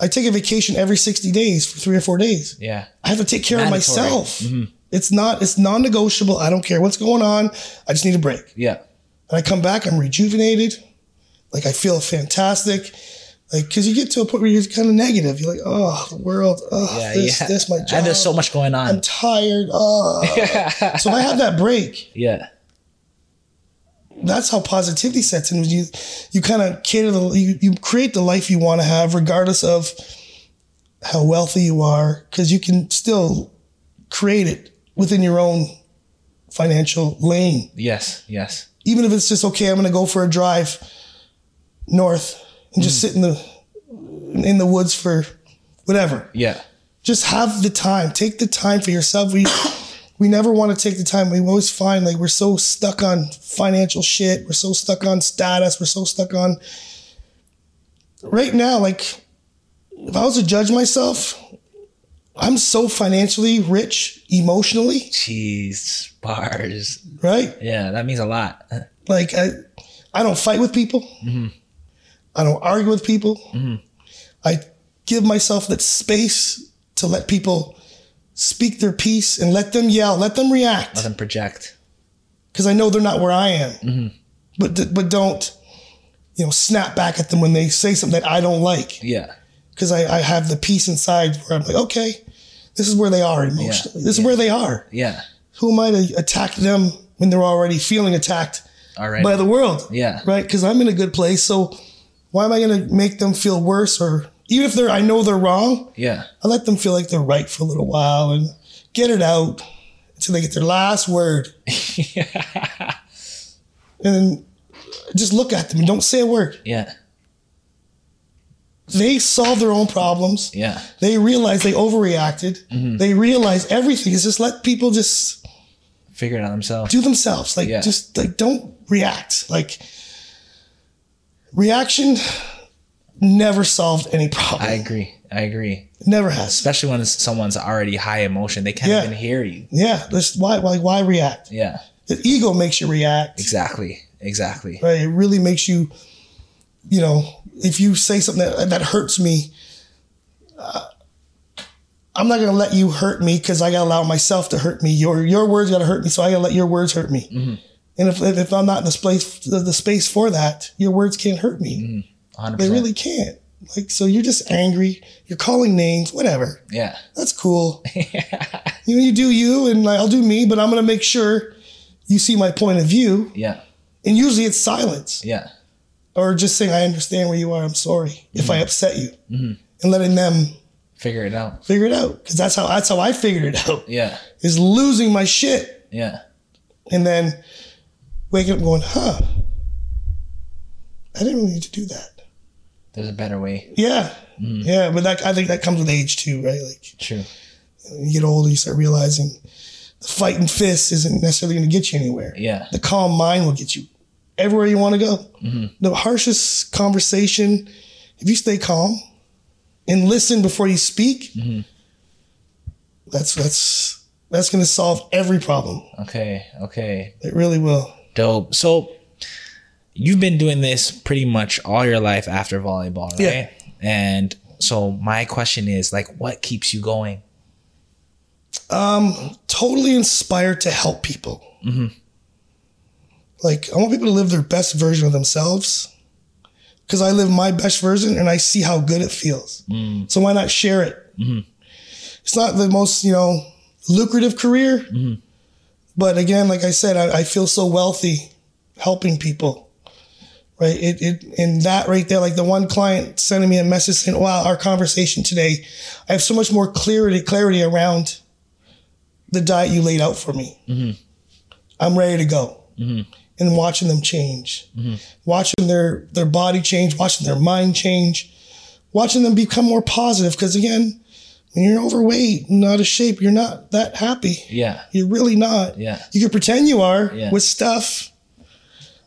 [SPEAKER 1] I take a vacation every sixty days for three or four days.
[SPEAKER 2] Yeah.
[SPEAKER 1] I have to take care
[SPEAKER 2] Mandatory. Mm-hmm.
[SPEAKER 1] of myself. It's not. It's non-negotiable. I don't care what's going on. I just need a break.
[SPEAKER 2] Yeah.
[SPEAKER 1] And I come back, I'm rejuvenated. Like I feel fantastic. Like, cause you get to a point where you're kind of negative. You're like, oh, the world, oh,
[SPEAKER 2] Yeah.
[SPEAKER 1] this,
[SPEAKER 2] yeah.
[SPEAKER 1] this, my job.
[SPEAKER 2] And there's so much going on.
[SPEAKER 1] I'm tired. Oh. so if I have that break,
[SPEAKER 2] yeah.
[SPEAKER 1] that's how positivity sets in. You you kind of cater the you, you create the life you want to have, regardless of how wealthy you are, because you can still create it within your own financial lane.
[SPEAKER 2] Yes. Yes.
[SPEAKER 1] Even if it's just okay, I'm going to go for a drive north and just sit in the in the woods for whatever.
[SPEAKER 2] Yeah.
[SPEAKER 1] just have the time. Take the time for yourself. We we never want to take the time. We always find like we're so stuck on financial shit. We're so stuck on status. We're so stuck on right now. Like if I was to judge myself, I'm so financially rich emotionally,
[SPEAKER 2] Cheese bars.
[SPEAKER 1] right?
[SPEAKER 2] Yeah. That means a lot.
[SPEAKER 1] Like I I don't fight with people. I don't argue with people. I give myself that space to let people speak their piece and let them yell, let them react,
[SPEAKER 2] Doesn't project.
[SPEAKER 1] because I know they're not where I am. But d- but don't you know snap back at them when they say something that I don't like,
[SPEAKER 2] Yeah.
[SPEAKER 1] because I, I have the peace inside where I'm like, okay, this is where they are emotionally. This is where they are.
[SPEAKER 2] Yeah.
[SPEAKER 1] Who am I to attack them when they're already feeling attacked
[SPEAKER 2] All right.
[SPEAKER 1] by the world?
[SPEAKER 2] yeah.
[SPEAKER 1] right? Because I'm in a good place. So why am I going to make them feel worse? Or even if they're, I know they're wrong,
[SPEAKER 2] Yeah.
[SPEAKER 1] I let them feel like they're right for a little while and get it out until they get their last word. And just look at them and don't say a word.
[SPEAKER 2] Yeah.
[SPEAKER 1] They solve their own problems.
[SPEAKER 2] Yeah.
[SPEAKER 1] They realize they overreacted. They realize everything is just let people just
[SPEAKER 2] Figure it out themselves.
[SPEAKER 1] do themselves. Like
[SPEAKER 2] Yeah.
[SPEAKER 1] just like don't react. Like reaction never solved any problem.
[SPEAKER 2] I agree. I agree.
[SPEAKER 1] never has.
[SPEAKER 2] especially when it's- someone's already high emotion they can't
[SPEAKER 1] Yeah.
[SPEAKER 2] even hear you
[SPEAKER 1] Yeah. This why why why react?
[SPEAKER 2] yeah
[SPEAKER 1] The ego makes you react.
[SPEAKER 2] exactly exactly
[SPEAKER 1] Right. It really makes you, you know, if you say something that, that hurts me, uh, I'm not gonna let you hurt me because I gotta allow myself to hurt me. Your your words gotta hurt me, so I gotta let your words hurt me.
[SPEAKER 2] Mm-hmm.
[SPEAKER 1] And if, if I'm not in the space the, the space for that, your words can't hurt me.
[SPEAKER 2] Mm-hmm. 100%
[SPEAKER 1] They really can't. Like, so you're just angry. You're calling names, whatever.
[SPEAKER 2] yeah
[SPEAKER 1] That's cool. you, you do you, and I'll do me, but I'm going to make sure you see my point of view.
[SPEAKER 2] yeah
[SPEAKER 1] And usually it's silence
[SPEAKER 2] yeah
[SPEAKER 1] or just saying, I understand where you are. I'm sorry if I upset you and letting them
[SPEAKER 2] figure it out
[SPEAKER 1] figure it out. Cause that's how, that's how I figured it out
[SPEAKER 2] yeah
[SPEAKER 1] is losing my shit.
[SPEAKER 2] yeah
[SPEAKER 1] And then waking up going, huh, I didn't really need to do that.
[SPEAKER 4] There's a better way.
[SPEAKER 1] Yeah. Yeah. But that, I think that comes with age too, right? Like
[SPEAKER 4] True.
[SPEAKER 1] you get older, you start realizing the fighting fist isn't necessarily going to get you anywhere.
[SPEAKER 4] Yeah.
[SPEAKER 1] The calm mind will get you everywhere you want to go. The harshest conversation, if you stay calm and listen before you speak, that's that's that's going to solve every problem.
[SPEAKER 4] Okay. Okay.
[SPEAKER 1] It really will.
[SPEAKER 4] Dope. So you've been doing this pretty much all your life after volleyball, right?
[SPEAKER 1] Yeah.
[SPEAKER 4] And so my question is like what keeps you going?
[SPEAKER 1] Totally inspired to help people. Like I want people to live their best version of themselves. Because I live my best version and I see how good it feels. So why not share it? It's not the most, you know, lucrative career. But again, like I said, I, I feel so wealthy helping people. Right. It, it and that right there, like the one client sending me a message saying, Wow, our conversation today, I have so much more clarity clarity around the diet you laid out for me.
[SPEAKER 4] Mm-hmm.
[SPEAKER 1] I'm ready to go. And watching them change,
[SPEAKER 4] Mm-hmm.
[SPEAKER 1] watching their their body change, watching their mind change, watching them become more positive. Because again, when you're overweight, and out of shape, you're not that happy.
[SPEAKER 4] Yeah.
[SPEAKER 1] You're really not.
[SPEAKER 4] Yeah.
[SPEAKER 1] You can pretend you are
[SPEAKER 4] Yeah.
[SPEAKER 1] with stuff,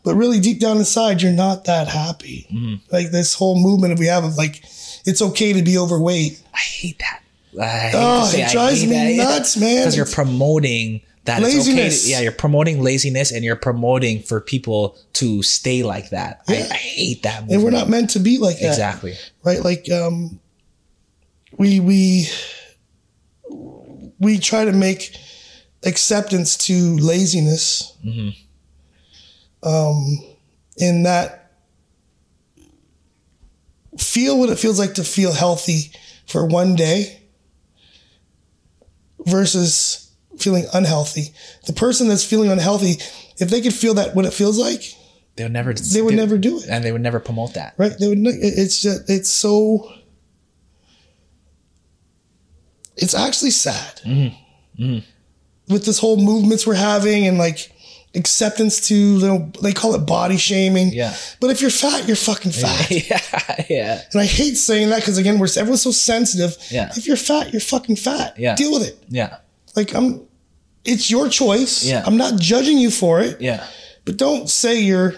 [SPEAKER 1] but really deep down inside, you're not that happy.
[SPEAKER 4] Mm-hmm.
[SPEAKER 1] Like this whole movement that we have of like, it's okay to be overweight.
[SPEAKER 4] I hate that. I hate
[SPEAKER 1] Oh,
[SPEAKER 4] to say
[SPEAKER 1] it
[SPEAKER 4] I
[SPEAKER 1] drives
[SPEAKER 4] hate that.
[SPEAKER 1] me nuts, man.
[SPEAKER 4] Because you're promoting that it's okay to-
[SPEAKER 1] Laziness.
[SPEAKER 4] yeah, you're promoting laziness and you're promoting for people to stay like that. I,
[SPEAKER 1] Yeah.
[SPEAKER 4] I hate that.
[SPEAKER 1] And we're
[SPEAKER 4] movement.
[SPEAKER 1] not meant to be like that.
[SPEAKER 4] exactly.
[SPEAKER 1] Right? Like, um, we, we, we try to make acceptance to laziness. Um, in that, feel what it feels like to feel healthy for one day versus feeling unhealthy. The person that's feeling unhealthy, if they could feel that what it feels like,
[SPEAKER 4] They would never.
[SPEAKER 1] they would never do it
[SPEAKER 4] And they would never promote that.
[SPEAKER 1] right? They would. n- it- It's just, it's so. It's actually sad
[SPEAKER 4] Mm-hmm.
[SPEAKER 1] with this whole movements we're having and like acceptance to you know, they call it body shaming.
[SPEAKER 4] Yeah.
[SPEAKER 1] But if you're fat, you're fucking fat.
[SPEAKER 4] yeah. Yeah.
[SPEAKER 1] And I hate saying that because again, we're everyone's so sensitive.
[SPEAKER 4] Yeah.
[SPEAKER 1] If you're fat, you're fucking fat.
[SPEAKER 4] Yeah.
[SPEAKER 1] Deal with it.
[SPEAKER 4] Yeah.
[SPEAKER 1] Like I'm. It's your choice.
[SPEAKER 4] Yeah.
[SPEAKER 1] I'm not judging you for it.
[SPEAKER 4] Yeah.
[SPEAKER 1] But don't say you're,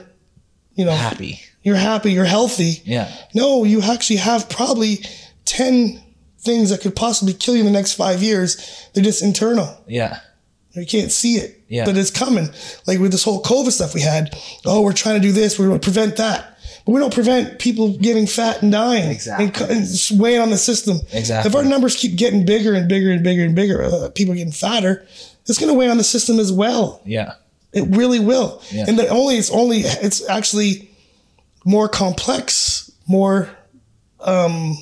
[SPEAKER 1] you know,
[SPEAKER 4] Happy.
[SPEAKER 1] you're happy, you're healthy.
[SPEAKER 4] Yeah.
[SPEAKER 1] No, you actually have probably 10 things that could possibly kill you in the next five years. They're just internal.
[SPEAKER 4] Yeah.
[SPEAKER 1] You can't see it,
[SPEAKER 4] Yeah.
[SPEAKER 1] but it's coming. Like with this whole COVID stuff we had, oh, we're trying to do this, we're going to prevent that. But we don't prevent people getting fat and dying
[SPEAKER 4] Exactly.
[SPEAKER 1] and, co- and just weighing on the system.
[SPEAKER 4] Exactly.
[SPEAKER 1] If our numbers keep getting bigger and bigger and bigger and bigger, uh, people getting fatter, it's going to weigh on the system as well.
[SPEAKER 4] Yeah.
[SPEAKER 1] It really will.
[SPEAKER 4] Yeah.
[SPEAKER 1] And the only it's only it's actually more complex, more um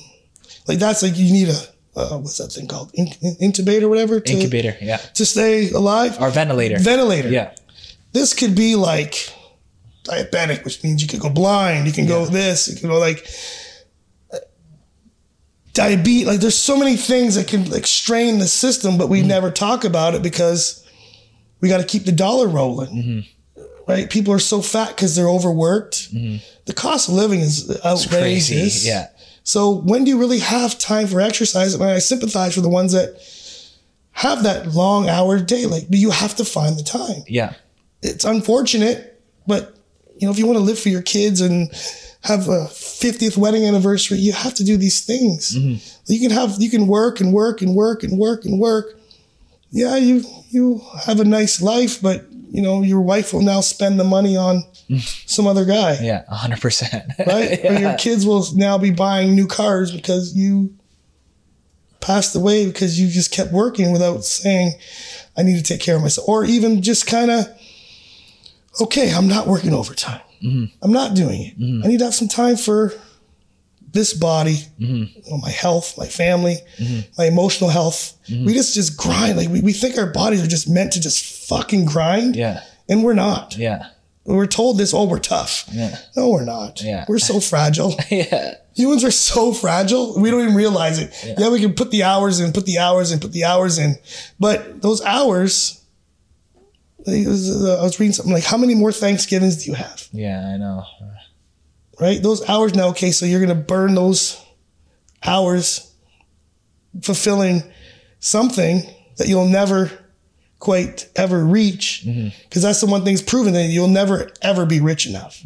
[SPEAKER 1] like that's like you need a uh, what's that thing called In- in- intubator or whatever to,
[SPEAKER 4] Incubator. Yeah.
[SPEAKER 1] to stay alive
[SPEAKER 4] Or ventilator.
[SPEAKER 1] ventilator.
[SPEAKER 4] yeah.
[SPEAKER 1] This could be like diabetic, which means you could go blind, you can go this, you can go like diabetes like there's so many things that can like strain the system but we
[SPEAKER 4] Mm-hmm.
[SPEAKER 1] never talk about it because we got to keep the dollar rolling
[SPEAKER 4] Mm-hmm.
[SPEAKER 1] right people are so fat because they're overworked the cost of living is outrageous
[SPEAKER 4] Mm-hmm. Crazy. Yeah.
[SPEAKER 1] so when do you really have time for exercise and i sympathize for the ones that have that long hour day like do you have to find the time
[SPEAKER 4] Yeah.
[SPEAKER 1] it's unfortunate, but you know, if you want to live for your kids and have a 50th wedding anniversary, you have to do these things. You can have you can work and work and work and work and work. Yeah, you you have a nice life, but you know, your wife will now spend the money on some other guy.
[SPEAKER 4] Yeah. hundred percent.
[SPEAKER 1] Right? Or your kids will now be buying new cars because you passed away because you just kept working without saying, I need to take care of myself. Or even just kind of, okay, I'm not working overtime.
[SPEAKER 4] Mm-hmm.
[SPEAKER 1] I'm not doing it. I need to have some time for this body,
[SPEAKER 4] Mm-hmm.
[SPEAKER 1] you know, my health, my family, my emotional health.
[SPEAKER 4] Mm-hmm.
[SPEAKER 1] We just just grind. Like we, we think our bodies are just meant to just fucking grind.
[SPEAKER 4] Yeah.
[SPEAKER 1] And we're not.
[SPEAKER 4] Yeah.
[SPEAKER 1] We're told this, oh, we're tough.
[SPEAKER 4] Yeah.
[SPEAKER 1] No, we're not.
[SPEAKER 4] Yeah.
[SPEAKER 1] We're so fragile.
[SPEAKER 4] Yeah.
[SPEAKER 1] Humans are so fragile. We don't even realize it. Yeah. we can put the hours in, put the hours in, put the hours in. But those hours, I think it was, uh, I was reading something like, how many more Thanksgivings do you have?
[SPEAKER 4] Yeah. I know.
[SPEAKER 1] right? Those hours now, okay, so you're gonna burn those hours fulfilling something that you'll never quite ever reach. Because that's the one thing's proven that you'll never ever be rich enough.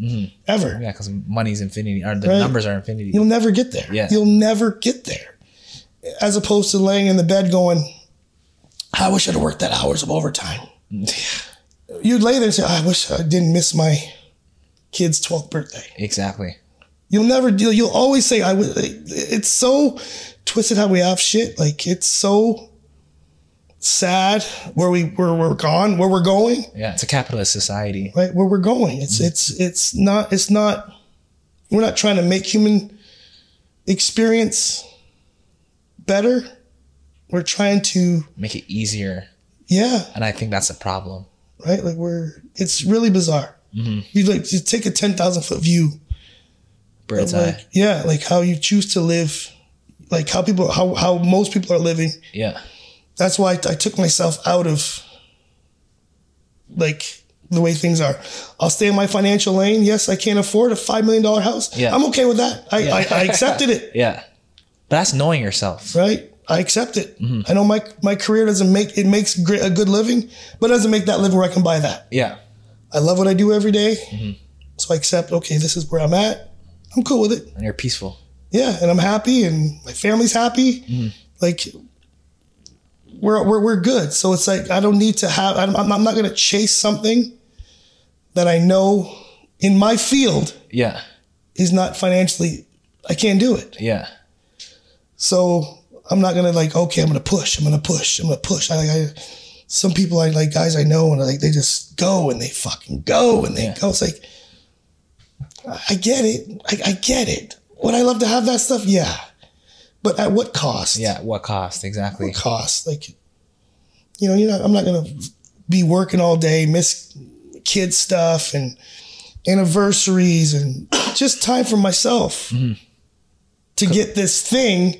[SPEAKER 1] Ever.
[SPEAKER 2] Yeah, because money's infinity, or the
[SPEAKER 1] Right.
[SPEAKER 2] numbers are infinity.
[SPEAKER 1] You'll never get there.
[SPEAKER 2] Yeah.
[SPEAKER 1] You'll never get there. As opposed to laying in the bed going, I wish I'd have worked that hours of overtime. You'd lay there and say, I wish I didn't miss my kid's 12th birthday.
[SPEAKER 2] exactly.
[SPEAKER 1] You'll never do. You'll always say, "I would." It's so twisted how we have shit. Like it's so sad where we where we're gone, where we're going,
[SPEAKER 2] Yeah, it's a capitalist society.
[SPEAKER 1] right? Where we're going. It's it's it's not. It's not. We're not trying to make human experience better. We're trying to,
[SPEAKER 2] Make it easier,
[SPEAKER 1] yeah,
[SPEAKER 2] and I think that's a problem.
[SPEAKER 1] right? Like we're. It's really bizarre. You like you take a ten thousand foot view
[SPEAKER 2] Bird's
[SPEAKER 1] like
[SPEAKER 2] eye.
[SPEAKER 1] yeah like how you choose to live like how people how how most people are living
[SPEAKER 2] Yeah,
[SPEAKER 1] that's why I, I took myself out of like the way things are i'll stay in my financial lane yes i can't afford a five million dollar house
[SPEAKER 2] Yeah.
[SPEAKER 1] i'm okay with that i I, I accepted it
[SPEAKER 2] yeah. But that's knowing yourself.
[SPEAKER 1] right i accept it
[SPEAKER 2] Mm-hmm.
[SPEAKER 1] i know my my career doesn't make it makes gr- a good living but it doesn't make that living where i can buy that
[SPEAKER 2] Yeah,
[SPEAKER 1] i love what i do every day.
[SPEAKER 2] Mm-hmm.
[SPEAKER 1] so i accept okay this is where i'm at i'm cool with it
[SPEAKER 2] and you're peaceful.
[SPEAKER 1] yeah, and I'm happy, and my family's happy. Like we're, we're we're good. So it's like I don't need to have. I'm, I'm not going to chase something that I know in my field
[SPEAKER 2] Yeah,
[SPEAKER 1] is not financially. I can't do it.
[SPEAKER 2] yeah,
[SPEAKER 1] So I'm not gonna like, okay, I'm gonna push, I'm gonna push, I'm gonna push. I, I some people I like guys I know and like they just go and they fucking go and they
[SPEAKER 2] Yeah.
[SPEAKER 1] go. It's like I- I get it. I, I get it. Would I love to have that stuff? Yeah. But at what cost?
[SPEAKER 2] yeah. What cost exactly?
[SPEAKER 1] What cost? Like you know, you're not I'm not gonna be working all day, miss kid stuff and anniversaries and just time for myself
[SPEAKER 2] Mm-hmm.
[SPEAKER 1] to get this thing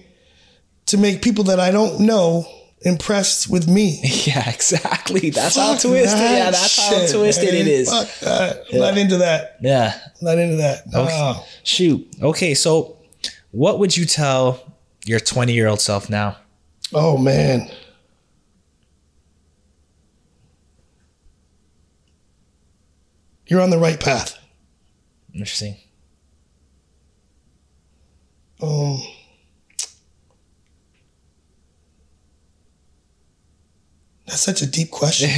[SPEAKER 1] to make people that I don't know impressed with me.
[SPEAKER 2] Yeah, exactly. That's how
[SPEAKER 1] Fuck
[SPEAKER 2] twisted.
[SPEAKER 1] that
[SPEAKER 2] Yeah, that's
[SPEAKER 1] shit,
[SPEAKER 2] how twisted
[SPEAKER 1] man.
[SPEAKER 2] it is.
[SPEAKER 1] Fuck that. I'm not into that.
[SPEAKER 2] Yeah.
[SPEAKER 1] I'm not into that. No.
[SPEAKER 2] Shoot. Okay, so what would you tell your 20 year old self now?
[SPEAKER 1] Oh man. You're on the right path.
[SPEAKER 2] Interesting.
[SPEAKER 1] Um, that's such a deep question.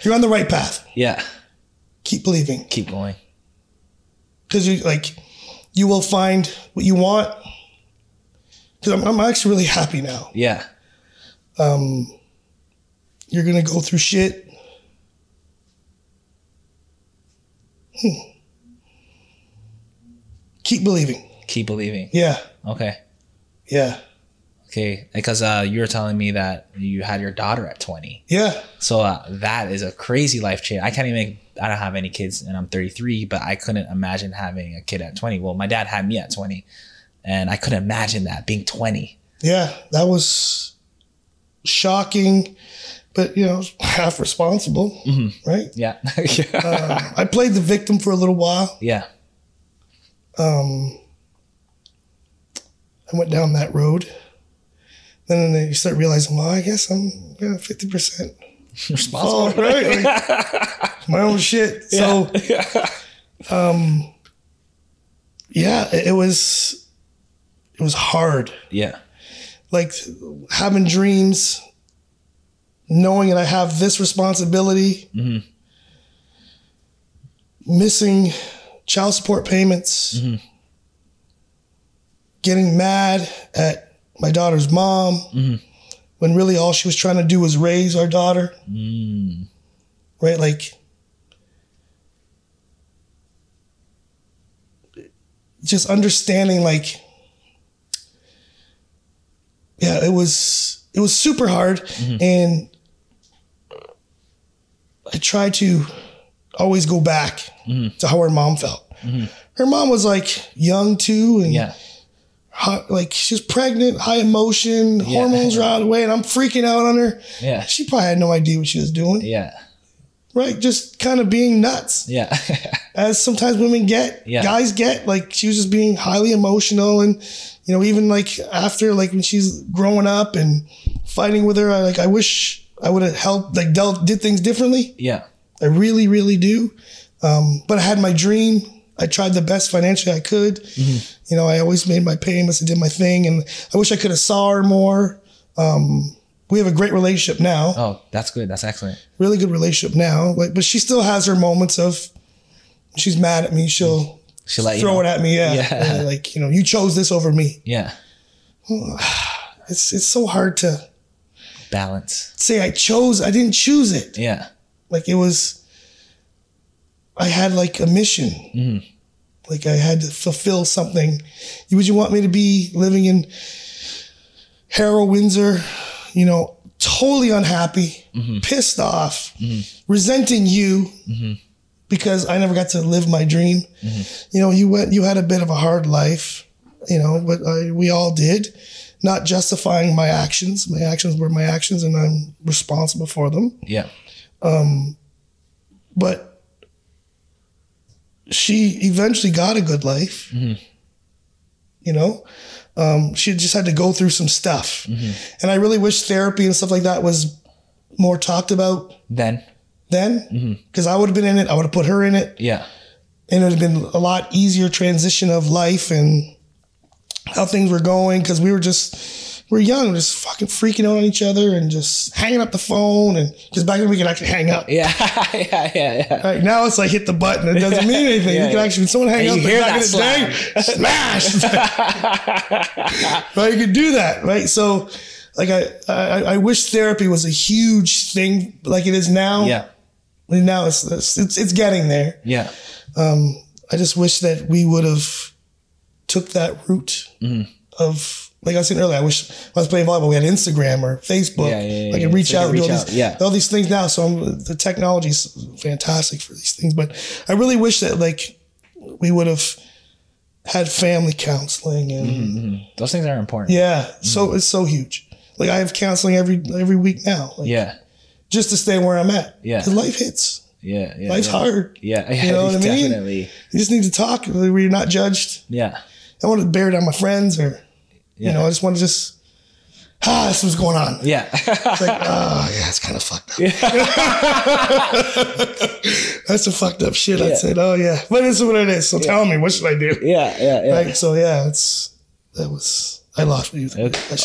[SPEAKER 1] You're on the right path.
[SPEAKER 2] Yeah.
[SPEAKER 1] Keep believing.
[SPEAKER 2] Keep going.
[SPEAKER 1] because you like you will find what you want because I'm, I'm actually really happy now
[SPEAKER 2] Yeah.
[SPEAKER 1] um, you're gonna go through shit Hmm. keep believing
[SPEAKER 2] Keep believing.
[SPEAKER 1] yeah
[SPEAKER 2] Okay.
[SPEAKER 1] yeah
[SPEAKER 2] Okay. Because uh, you were telling me that you had your daughter at 20.
[SPEAKER 1] yeah
[SPEAKER 2] So uh, that is a crazy life change. I can't even, I don't have any kids and I'm 33, but I couldn't imagine having a kid at 20. Well, my dad had me at 20, and I couldn't imagine that being 20.
[SPEAKER 1] yeah that was shocking but you know half responsible right
[SPEAKER 2] Yeah.
[SPEAKER 1] Uh, i played the victim for a little while
[SPEAKER 2] yeah.
[SPEAKER 1] um, I went down that road. Then you start realizing, well, I guess I'm yeah, 50%.
[SPEAKER 2] Responsible.
[SPEAKER 1] All right. like, my own shit. So, um, yeah, it, it was, it was hard.
[SPEAKER 2] Yeah.
[SPEAKER 1] Like having dreams, knowing that I have this responsibility, missing child support payments, getting mad at my daughter's mom when really all she was trying to do was raise our daughter. Right? Like, just understanding, like, yeah, it was it was super hard, and I tried to always go back to how her mom felt. Her mom was like young too, and
[SPEAKER 2] Yeah.
[SPEAKER 1] hot, like she's pregnant, high emotion, hormones are out of the way, and I'm freaking out on her.
[SPEAKER 2] Yeah.
[SPEAKER 1] She probably had no idea what she was doing.
[SPEAKER 2] Yeah.
[SPEAKER 1] right? Just kind of being nuts,
[SPEAKER 2] Yeah.
[SPEAKER 1] as sometimes women get,
[SPEAKER 2] Yeah.
[SPEAKER 1] guys get. Like she was just being highly emotional, and you know, even like after, like when she's growing up and fighting with her, I, like I wish I would have helped, like dealt, did things differently.
[SPEAKER 2] yeah.
[SPEAKER 1] I really, really do. Um, but I had my dream. I tried the best financially I could.
[SPEAKER 2] Mm-hmm.
[SPEAKER 1] You know, I always made my payments. I did my thing, and I wish I could have saw her more. Um, we have a great relationship now,
[SPEAKER 2] Oh, that's good. That's excellent.
[SPEAKER 1] really good relationship now. Like, but she still has her moments of she's mad at me. She'll
[SPEAKER 2] She let you
[SPEAKER 1] throw
[SPEAKER 2] know.
[SPEAKER 1] it at me. Yeah,
[SPEAKER 2] Yeah.
[SPEAKER 1] Yeah, like you know, you chose this over me.
[SPEAKER 2] Yeah.
[SPEAKER 1] It's it's so hard to
[SPEAKER 2] Balance.
[SPEAKER 1] say I chose. I didn't choose it.
[SPEAKER 2] Yeah.
[SPEAKER 1] like it was i had like a mission like i had to fulfill something You- would you want me to be living in harrow windsor you know totally unhappy pissed off resenting you because i never got to live my dream you know you went you had a bit of a hard life you know but I, we all did not justifying my actions my actions were my actions and i'm responsible for them
[SPEAKER 2] Yeah.
[SPEAKER 1] but she eventually got a good life. You know, um, she just had to go through some stuff, and I really wish therapy and stuff like that was more talked about
[SPEAKER 2] Then.
[SPEAKER 1] then, because I would have been in it. I would have put her in it,
[SPEAKER 2] Yeah.
[SPEAKER 1] and it would have been a lot easier transition of life and how things were going. Because we were just we we're young, just fucking freaking out on each other and just hanging up the phone, and because back then we could actually hang up.
[SPEAKER 2] Yeah. yeah. Yeah. Yeah.
[SPEAKER 1] Right now it's like hit the button. It doesn't mean anything.
[SPEAKER 2] Yeah,
[SPEAKER 1] you can
[SPEAKER 2] yeah.
[SPEAKER 1] actually someone hang
[SPEAKER 2] And
[SPEAKER 1] up
[SPEAKER 2] you
[SPEAKER 1] like,
[SPEAKER 2] hear
[SPEAKER 1] back in
[SPEAKER 2] that
[SPEAKER 1] the day, smash. It's like- right, you can do that. Right, so like I, I I wish therapy was a huge thing like it is now.
[SPEAKER 2] Yeah.
[SPEAKER 1] And now it's it's it's getting there.
[SPEAKER 2] Yeah.
[SPEAKER 1] I just wish that we would have took that route
[SPEAKER 2] Mm-hmm.
[SPEAKER 1] of like I was saying earlier. I wish when I was playing volleyball. We had Instagram or Facebook.
[SPEAKER 2] Yeah, yeah, yeah,
[SPEAKER 1] I
[SPEAKER 2] yeah.
[SPEAKER 1] could reach
[SPEAKER 2] So you
[SPEAKER 1] out
[SPEAKER 2] can
[SPEAKER 1] and do all
[SPEAKER 2] reach
[SPEAKER 1] these
[SPEAKER 2] out, yeah.
[SPEAKER 1] all these things now. So I'm, the technology is fantastic for these things. But I really wish that like we would have had family counseling and
[SPEAKER 2] Mm-hmm. Those things are important.
[SPEAKER 1] yeah.
[SPEAKER 2] Mm-hmm.
[SPEAKER 1] So it's so huge. Like I have counseling every every week now. Like,
[SPEAKER 2] Yeah.
[SPEAKER 1] Just to stay where I'm at.
[SPEAKER 2] Yeah.
[SPEAKER 1] 'Cause life hits.
[SPEAKER 2] Yeah. Yeah.
[SPEAKER 1] Life's
[SPEAKER 2] yeah.
[SPEAKER 1] hard.
[SPEAKER 2] Yeah. Yeah.
[SPEAKER 1] You know what I mean?
[SPEAKER 2] Definitely.
[SPEAKER 1] You just need to talk where you're not judged.
[SPEAKER 2] Yeah.
[SPEAKER 1] I want to bear down my friends or, you know, I just want to just, ah, this was going on.
[SPEAKER 2] Yeah.
[SPEAKER 1] It's like, oh, yeah, it's kind of fucked up. That's some fucked up shit. I said, oh, yeah. But it's what it is. So tell me, what should I do?
[SPEAKER 2] yeah. Yeah. Yeah.
[SPEAKER 1] Right. So, yeah, it's, that was, I lost you.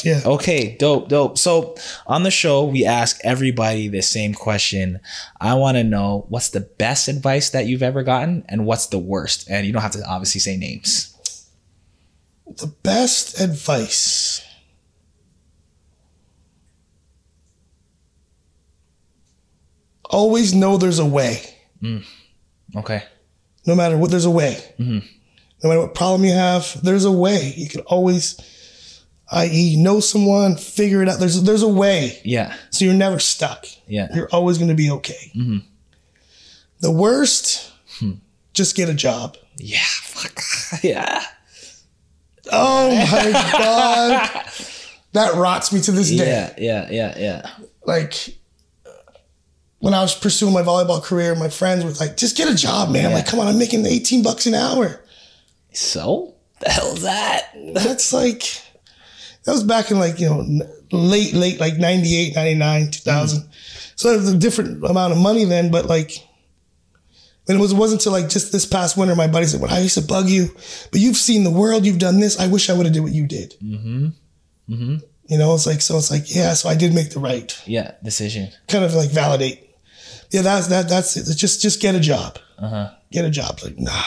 [SPEAKER 1] Yeah.
[SPEAKER 2] Okay, Oh. dope, dope. So on the show, we ask everybody the same question. I want to know what's the best advice that you've ever gotten, and what's the worst. And you don't have to obviously say names.
[SPEAKER 1] The best advice. Always know there's a way.
[SPEAKER 2] Okay.
[SPEAKER 1] no matter what there's a way
[SPEAKER 2] Mm-hmm.
[SPEAKER 1] no matter what problem you have there's a way you can always i.e know someone figure it out there's there's a way
[SPEAKER 2] Yeah.
[SPEAKER 1] so you're never stuck
[SPEAKER 2] Yeah. Mm-hmm.
[SPEAKER 1] you're always going to be okay the worst
[SPEAKER 2] Hmm.
[SPEAKER 1] just get a job
[SPEAKER 2] Yeah. Fuck. yeah.
[SPEAKER 1] oh my god that rots me to this day
[SPEAKER 2] Yeah. Yeah. Yeah. Yeah.
[SPEAKER 1] like when I was pursuing my volleyball career, my friends were like, just get a job, man. Like, come on, I'm making 18 bucks an hour.
[SPEAKER 2] So the hell's that?
[SPEAKER 1] that's like that was back in like you know n- late late like 98 99 2000 so it was a different amount of money then but like and it was, it wasn't until like just this past winter my buddy said well i used to bug you but you've seen the world you've done this i wish i would have did what you did mm-hmm. Mm-hmm. you know it's like so it's like yeah so i did make the right
[SPEAKER 2] Yeah. Decision.
[SPEAKER 1] kind of like validate yeah that's that that's it just just get a job uh-huh. get a job like nah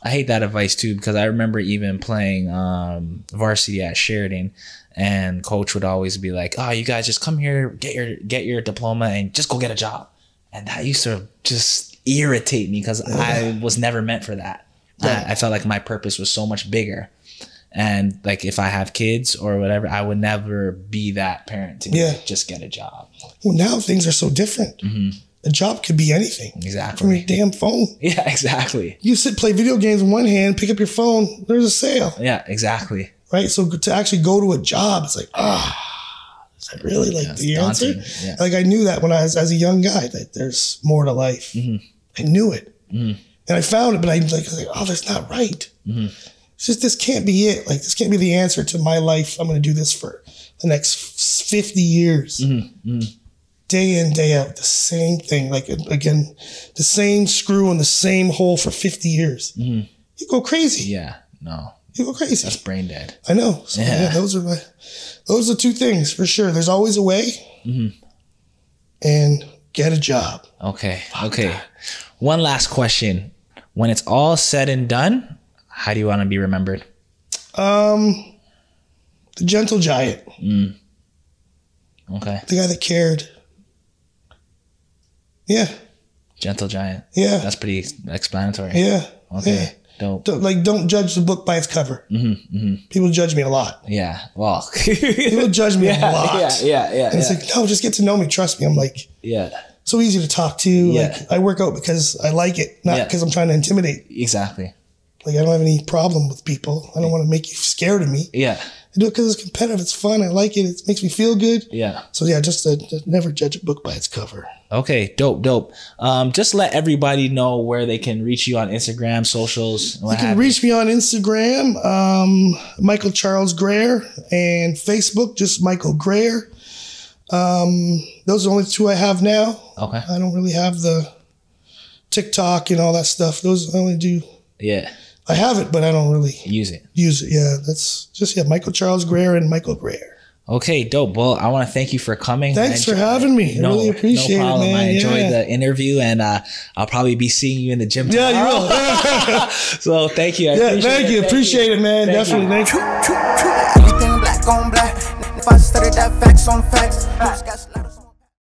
[SPEAKER 2] I hate that advice too because I remember even playing um, varsity at Sheridan, and coach would always be like, "Oh, you guys just come here, get your get your diploma, and just go get a job." And that used to just irritate me because I was never meant for that. I, I felt like my purpose was so much bigger, and like if I have kids or whatever, I would never be that parent to be
[SPEAKER 1] Yeah.
[SPEAKER 2] like, just get a job.
[SPEAKER 1] well now things are so different a job could be anything from your
[SPEAKER 2] Exactly.
[SPEAKER 1] damn phone
[SPEAKER 2] Yeah. Exactly.
[SPEAKER 1] you sit play video games in one hand, pick up your phone. There's a sale,
[SPEAKER 2] Yeah. Exactly.
[SPEAKER 1] right? So to actually go to a job, it's like ah, Is that really like
[SPEAKER 2] it's
[SPEAKER 1] the answer?
[SPEAKER 2] daunting, yeah.
[SPEAKER 1] Like I knew that when I was as a young guy that there's more to life.
[SPEAKER 2] Mm-hmm.
[SPEAKER 1] I knew it, and I found it, but I like, I was like oh, that's not right.
[SPEAKER 2] Mm-hmm.
[SPEAKER 1] It's just this can't be it. Like this can't be the answer to my life. I'm going to do this for the next 50 years.
[SPEAKER 2] Mm-hmm.
[SPEAKER 1] Day in, day out, the same thing. Like again, the same screw in the same hole for 50 years. You go crazy.
[SPEAKER 2] Mm-hmm. Yeah. No.
[SPEAKER 1] You go crazy.
[SPEAKER 2] It's brain dead.
[SPEAKER 1] I know. So, yeah. those are my those are two things for sure. There's always a way,
[SPEAKER 2] Mm-hmm.
[SPEAKER 1] and get a job.
[SPEAKER 2] Okay. okay. One last question. When it's all said and done, how do you want to be remembered?
[SPEAKER 1] Um, the gentle giant,
[SPEAKER 2] Okay.
[SPEAKER 1] the guy that cared. Yeah,
[SPEAKER 2] Gentle giant.
[SPEAKER 1] yeah,
[SPEAKER 2] That's pretty explanatory.
[SPEAKER 1] yeah. yeah.
[SPEAKER 2] Okay. Dope.
[SPEAKER 1] Don't, like, don't judge the book by its cover.
[SPEAKER 2] Mm-hmm,
[SPEAKER 1] People judge me a lot.
[SPEAKER 2] Yeah. Well.
[SPEAKER 1] People judge me a lot.
[SPEAKER 2] yeah. Yeah. Yeah.
[SPEAKER 1] And it's like, no, just get to know me. Trust me. I'm like
[SPEAKER 2] yeah.
[SPEAKER 1] so easy to talk to.
[SPEAKER 2] Yeah.
[SPEAKER 1] Like I work out because I like it, not
[SPEAKER 2] Yeah.
[SPEAKER 1] because I'm trying to intimidate.
[SPEAKER 2] Exactly.
[SPEAKER 1] Like I don't have any problem with people. I don't want to make you scared of me.
[SPEAKER 2] Yeah.
[SPEAKER 1] I do it because it's competitive. It's fun. I like it. It makes me feel good.
[SPEAKER 2] Yeah.
[SPEAKER 1] So yeah, just to, to never judge a book by its cover.
[SPEAKER 2] Okay. Dope. Dope. Um, just let everybody know where they can reach you on Instagram, socials. and What
[SPEAKER 1] You can
[SPEAKER 2] have
[SPEAKER 1] reach me on Instagram, um, Michael Charles Greer, and Facebook, just Michael Greer. Um, those are the only two I have now.
[SPEAKER 2] Okay.
[SPEAKER 1] I don't really have the TikTok and all that stuff. Those I only do.
[SPEAKER 2] Yeah.
[SPEAKER 1] I have it, but I don't really
[SPEAKER 2] Use it.
[SPEAKER 1] use it. Yeah, that's just yeah, Michael Charles Greer and Michael Greer.
[SPEAKER 2] Okay, dope. Well, I want to thank you for coming.
[SPEAKER 1] Thanks for
[SPEAKER 2] I enjoy-
[SPEAKER 1] having me. I really appreciate
[SPEAKER 2] no
[SPEAKER 1] it,
[SPEAKER 2] problem.
[SPEAKER 1] man.
[SPEAKER 2] I enjoyed
[SPEAKER 1] yeah.
[SPEAKER 2] the interview, and uh, I'll probably be seeing you in the gym.
[SPEAKER 1] Yeah, you
[SPEAKER 2] tomorrow.
[SPEAKER 1] will.
[SPEAKER 2] So thank you. I
[SPEAKER 1] yeah,
[SPEAKER 2] appreciate
[SPEAKER 1] thank
[SPEAKER 2] it.
[SPEAKER 1] you. Appreciate it, man.
[SPEAKER 2] Thank you.
[SPEAKER 1] Definitely. Thank you.
[SPEAKER 3] Everything black on black. If I started that facts on facts, Niggas got slaughtered.